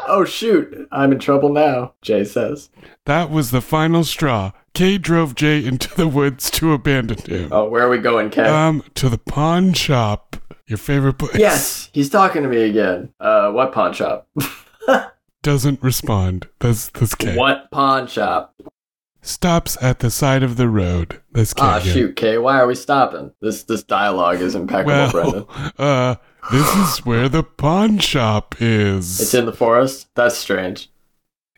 B: Oh shoot, I'm in trouble now, Jay says.
A: That was the final straw. Kay drove Jay into the woods to abandon him.
B: Oh, where are we going, Ken?
A: Um, to the pawn shop. Your favorite place.
B: yes, he's talking to me again. Uh, what pawn shop?
A: Doesn't respond. That's that's Kay.
B: What pawn shop?
A: Stops at the side of the road. That's Kay.
B: Ah,
A: again.
B: shoot, Kay, why are we stopping? This this dialogue is impeccable, Brendan.
A: Well, uh, this is where the pawn shop is.
B: It's in the forest. That's strange.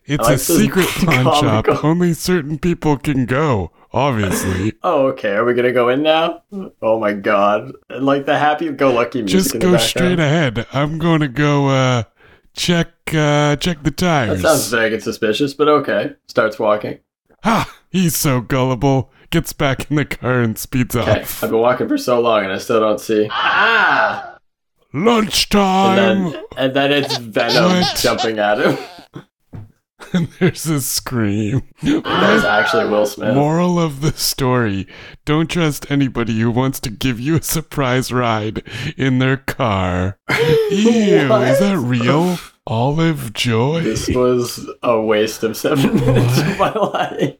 A: It's a
B: I like this
A: secret pawn shop.
B: comical-
A: Only certain people can go, obviously.
B: Oh, okay. Are we gonna go in now? Oh my god! And like the happy-go-lucky music.
A: Just
B: in
A: go
B: the
A: straight ahead. I'm going to go uh, check uh, check the
B: That
A: tires.
B: sounds vague and suspicious, but okay. Starts walking.
A: Ha! He's so gullible. Gets back in the car and speeds
B: Okay,
A: off.
B: I've been walking for so long and I still don't see. Ah! And
A: Lunchtime.
B: then, and then it's Venom
A: Um, What?
B: jumping at him.
A: And there's a scream.
B: That was actually Will Smith.
A: Moral of the story Don't trust anybody who wants to give you a surprise ride in their car. Ew, is that real? Olive Joy?
B: This was a waste of seven minutes of my life.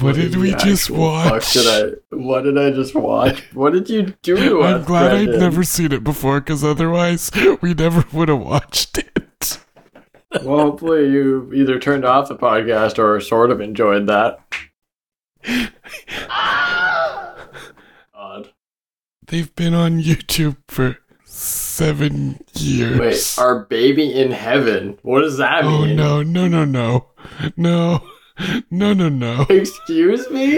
A: What did we
B: The
A: just
B: actual fuck
A: watch?
B: Did I, what did I just watch? What did you do to us?
A: I'm glad I'd
B: Brendan?
A: never seen it before because otherwise we never would have watched it.
B: Well, hopefully you either turned off the podcast or sort of enjoyed that. Odd.
A: They've been on YouTube for seven years.
B: Wait, our baby in heaven. What does that
A: oh,
B: mean?
A: no, no, no, no. No, no, no, no.
B: Excuse me?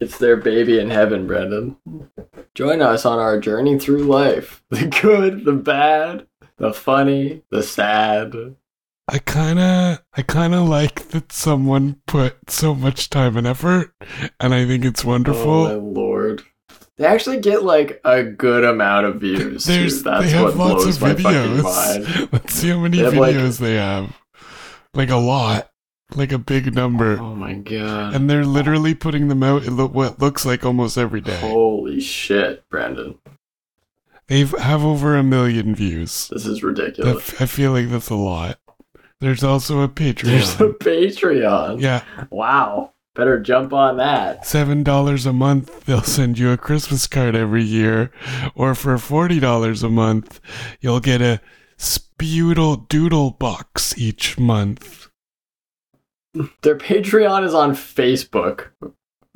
B: It's their baby in heaven, Brendan. Join us on our journey through life. The good, the bad, the funny, the sad.
A: I kind of I kind of like that someone put so much time and effort and I think it's
B: Oh my
A: wonderful.
B: lord. They actually get like a good amount of views. too.
A: There's
B: That's
A: they have
B: what
A: lots of
B: blows my fucking mind.
A: videos. Let's see how many
B: They have, like-
A: videos they have. Like a lot. Like a big number.
B: Oh my god.
A: And they're literally putting them out in lo- what looks like almost every day.
B: Holy shit, Brandon.
A: They have over a million views.
B: This is
A: That,
B: ridiculous.
A: I feel like that's a lot. There's also a
B: There's a
A: Patreon.
B: Patreon.
A: Yeah,
B: Wow. Better jump on that.
A: seven dollars a month they'll send you a christmas card every year or for forty dollars a month you'll get a sputal doodle box each month
B: Their Patreon is on Facebook.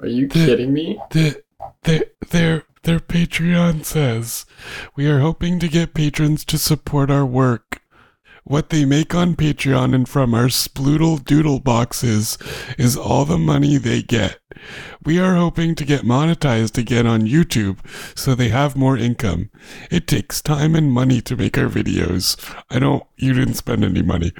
B: Are you
A: The-
B: kidding me?
A: the, the, their their patreon says we are hoping to get patrons to support our work what they make on patreon and from our sploodle doodle boxes is all the money they get we are hoping to get monetized again on youtube so they have more income it takes time and money to make our videos i don't you didn't spend any money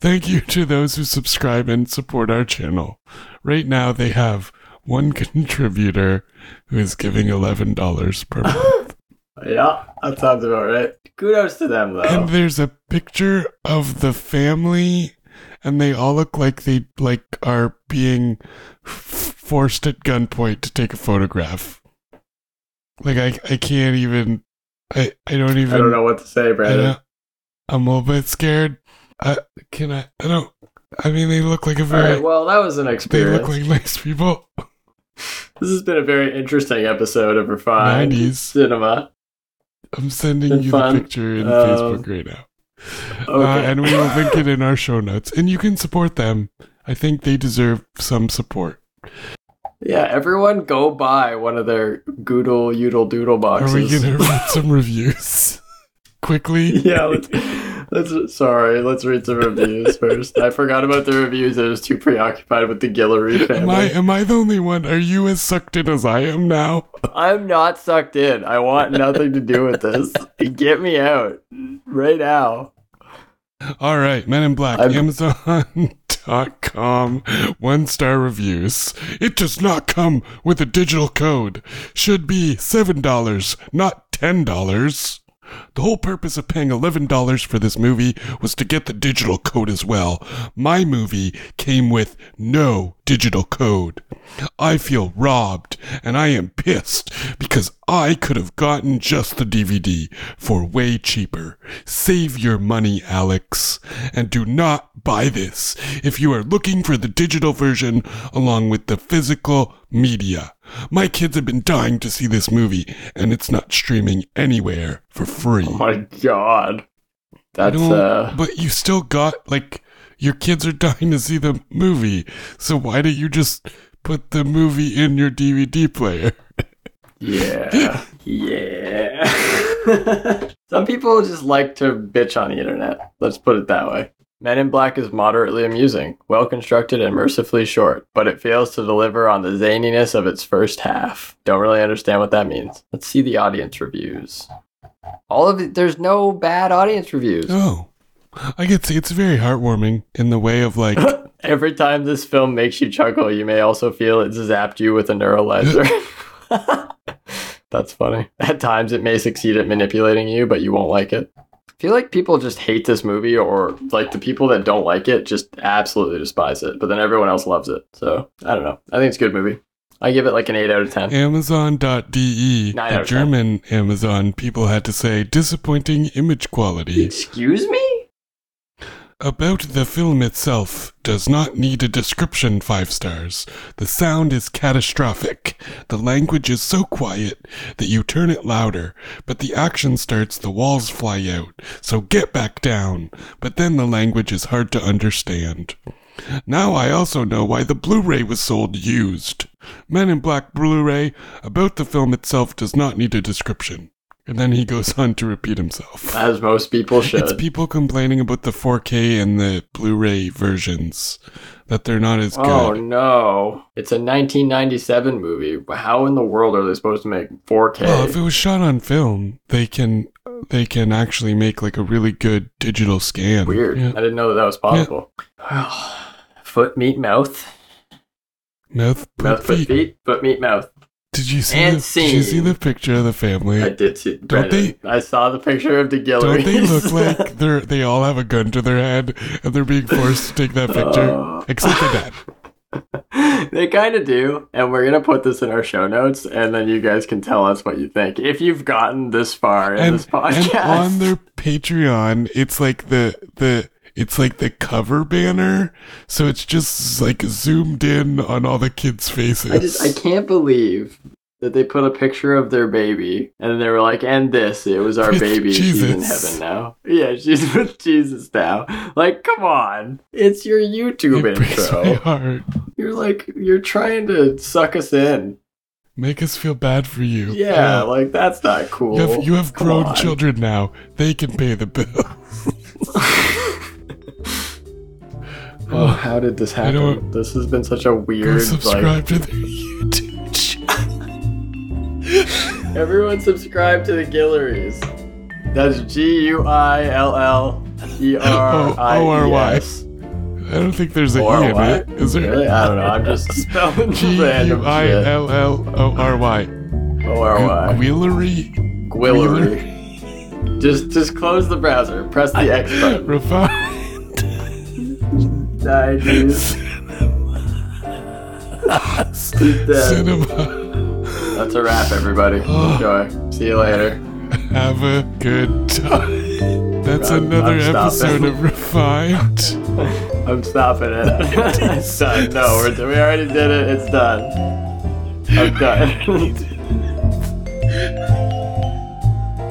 A: thank you to those who subscribe and support our channel right now they have one contributor who is giving $11 per month
B: Yeah, that sounds about right. Kudos to them though.
A: And there's a picture of the family, and they all look like they like are being f- forced at gunpoint to take a photograph. Like I, I can't even. I, I don't even.
B: I don't know what to say,
A: I
B: Brandon.
A: am a little bit scared. I can I. I don't. I mean, they look like a
B: All
A: very.
B: right, well, that was an
A: they
B: experience.
A: look like nice people.
B: This has been a very interesting episode of Refined
A: 90s.
B: Cinema.
A: I'm sending
B: Been
A: you
B: fun.
A: the picture in
B: Um,
A: Facebook right now. Uh,
B: Okay.
A: and we will link it in our show notes. And you can support them. I think they deserve some support.
B: yeah, everyone go buy one of their Goodle Udle Doodle boxes.
A: Are we going to read some reviews quickly?
B: yeah, let's, let's. Sorry, let's read some reviews first. I forgot about the reviews. I was too preoccupied with the Guillory
A: Am I
B: family.
A: am I the only one? Are you as sucked in as I am now?
B: I'm not sucked in. I want nothing to do with this. Get me out right now.
A: All right, Men in Black,
B: I'm-
A: Amazon.com, one star reviews. It does not come with a digital code. Should be $7, not $10. The whole purpose of paying $11 for this movie was to get the digital code as well. My movie came with no digital code. I feel robbed and I am pissed because I could have gotten just the DVD for way cheaper. Save your money, Alex, and do not buy this if you are looking for the digital version along with the physical media. My kids have been dying to see this movie, and it's not streaming anywhere for free.
B: Oh my god. That's
A: I don't-
B: uh
A: But you still got like your kids are dying to see the movie, so why don't you just put the movie in your DVD player?
B: yeah. yeah. Some people just like to bitch on the internet. Let's put it that way. Men in Black is moderately amusing, well constructed and mercifully short, but it fails to deliver on the zaniness of its first half. Don't really understand what that means. Let's see the audience reviews. All of it, there's no bad audience reviews.
A: Oh, I could see it's very heartwarming in the way of like
B: Every time this film makes you chuckle, you may also feel it zapped you with a neuralizer. That's funny. At times, it may succeed at manipulating you, but you won't like it. I feel like people just hate this movie, or like the people that don't like it just absolutely despise it, but then everyone else loves it. So I don't know. I think it's a good movie. I give it like an 8 out of 10.
A: Amazon.de,
B: Nine out
A: E, the
B: of ten.
A: German Amazon, people had to say disappointing image quality.
B: Excuse me?
A: About the film itself does not need a description, five stars. The sound is catastrophic. The language is so quiet that you turn it louder, but the action starts, the walls fly out, so get back down. But then the language is hard to understand. Now I also know why the Blu ray was sold used. Men in Black Blu ray about the film itself does not need a description. And then he goes on to repeat himself.
B: As most people should.
A: It's people complaining about the 4K and the Blu-ray versions that they're not as
B: Oh
A: good.
B: no. It's a 1997 movie. How in the world are they supposed to make 4K?
A: Well, if it was shot on film, they can they can actually make like a really good digital scan.
B: Weird.
A: Yeah.
B: I didn't know that, that was possible. foot, meat, mouth.
A: Mouth, put
B: mouth foot,
A: feet.
B: feet. Foot, meat, mouth.
A: Did you see?
B: And
A: the, did you see
B: scene.
A: the picture of the family?
B: I did see.
A: Don't they-
B: Brandon, I saw the picture of the
A: Don't
B: Gilleries.
A: they look like they're they all have a gun to their head and they're being forced to take that picture?
B: Oh.
A: Except for that.
B: they kind of do, and we're gonna put this in our show notes, and then you guys can tell us what you think if you've gotten this far in this podcast.
A: and on their Patreon, it's like the the it's like the cover banner, so it's just like zoomed in on all the kids' faces.
B: I just I can't believe that they put a picture of their baby and they were like, and this, it was our
A: With
B: baby. She's in
A: Jesus.
B: heaven now. Yeah, she's with Jesus now. Like, come on. It's your YouTube
A: it breaks my
B: intro.
A: heart.
B: You're like you're trying to suck us in.
A: Make us feel bad for you.
B: Yeah,
A: Uh,
B: like that's not cool.
A: you have, you have
B: Come
A: grown
B: on.
A: children now. They can pay the bill.
B: Oh, how did this
A: I don't-
B: happen? This has been such a
A: Go
B: weird like
A: subscribe to their YouTube channel.
B: everyone subscribe to the Gilleries. That's G U I L L E R I
A: O R Y.
B: E S.
A: I don't think there's a E
B: Or
A: in
B: what?
A: it. Is there?
B: Really? I don't know. I'm just spelling
A: G
B: random
A: U I
B: shit.
A: L L O R Y.
B: O R Y.
A: Guillery
B: Guillery. Just, just close the browser. Press the X button.
A: refined.
B: I just- He's dead.
A: Cinema.
B: That's a wrap, everybody. Enjoy. See you later.
A: Have a good time. That's
B: I'm-
A: another
B: I'm
A: episode
B: stopping.
A: of Refined.
B: I'm stopping it. it's done. No, we're, we already did it. It's done. I'm done.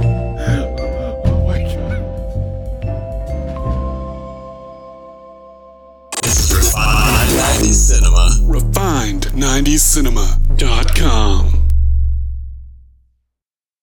A: oh my god.
B: Cinema.
A: Refined 90s Cinema.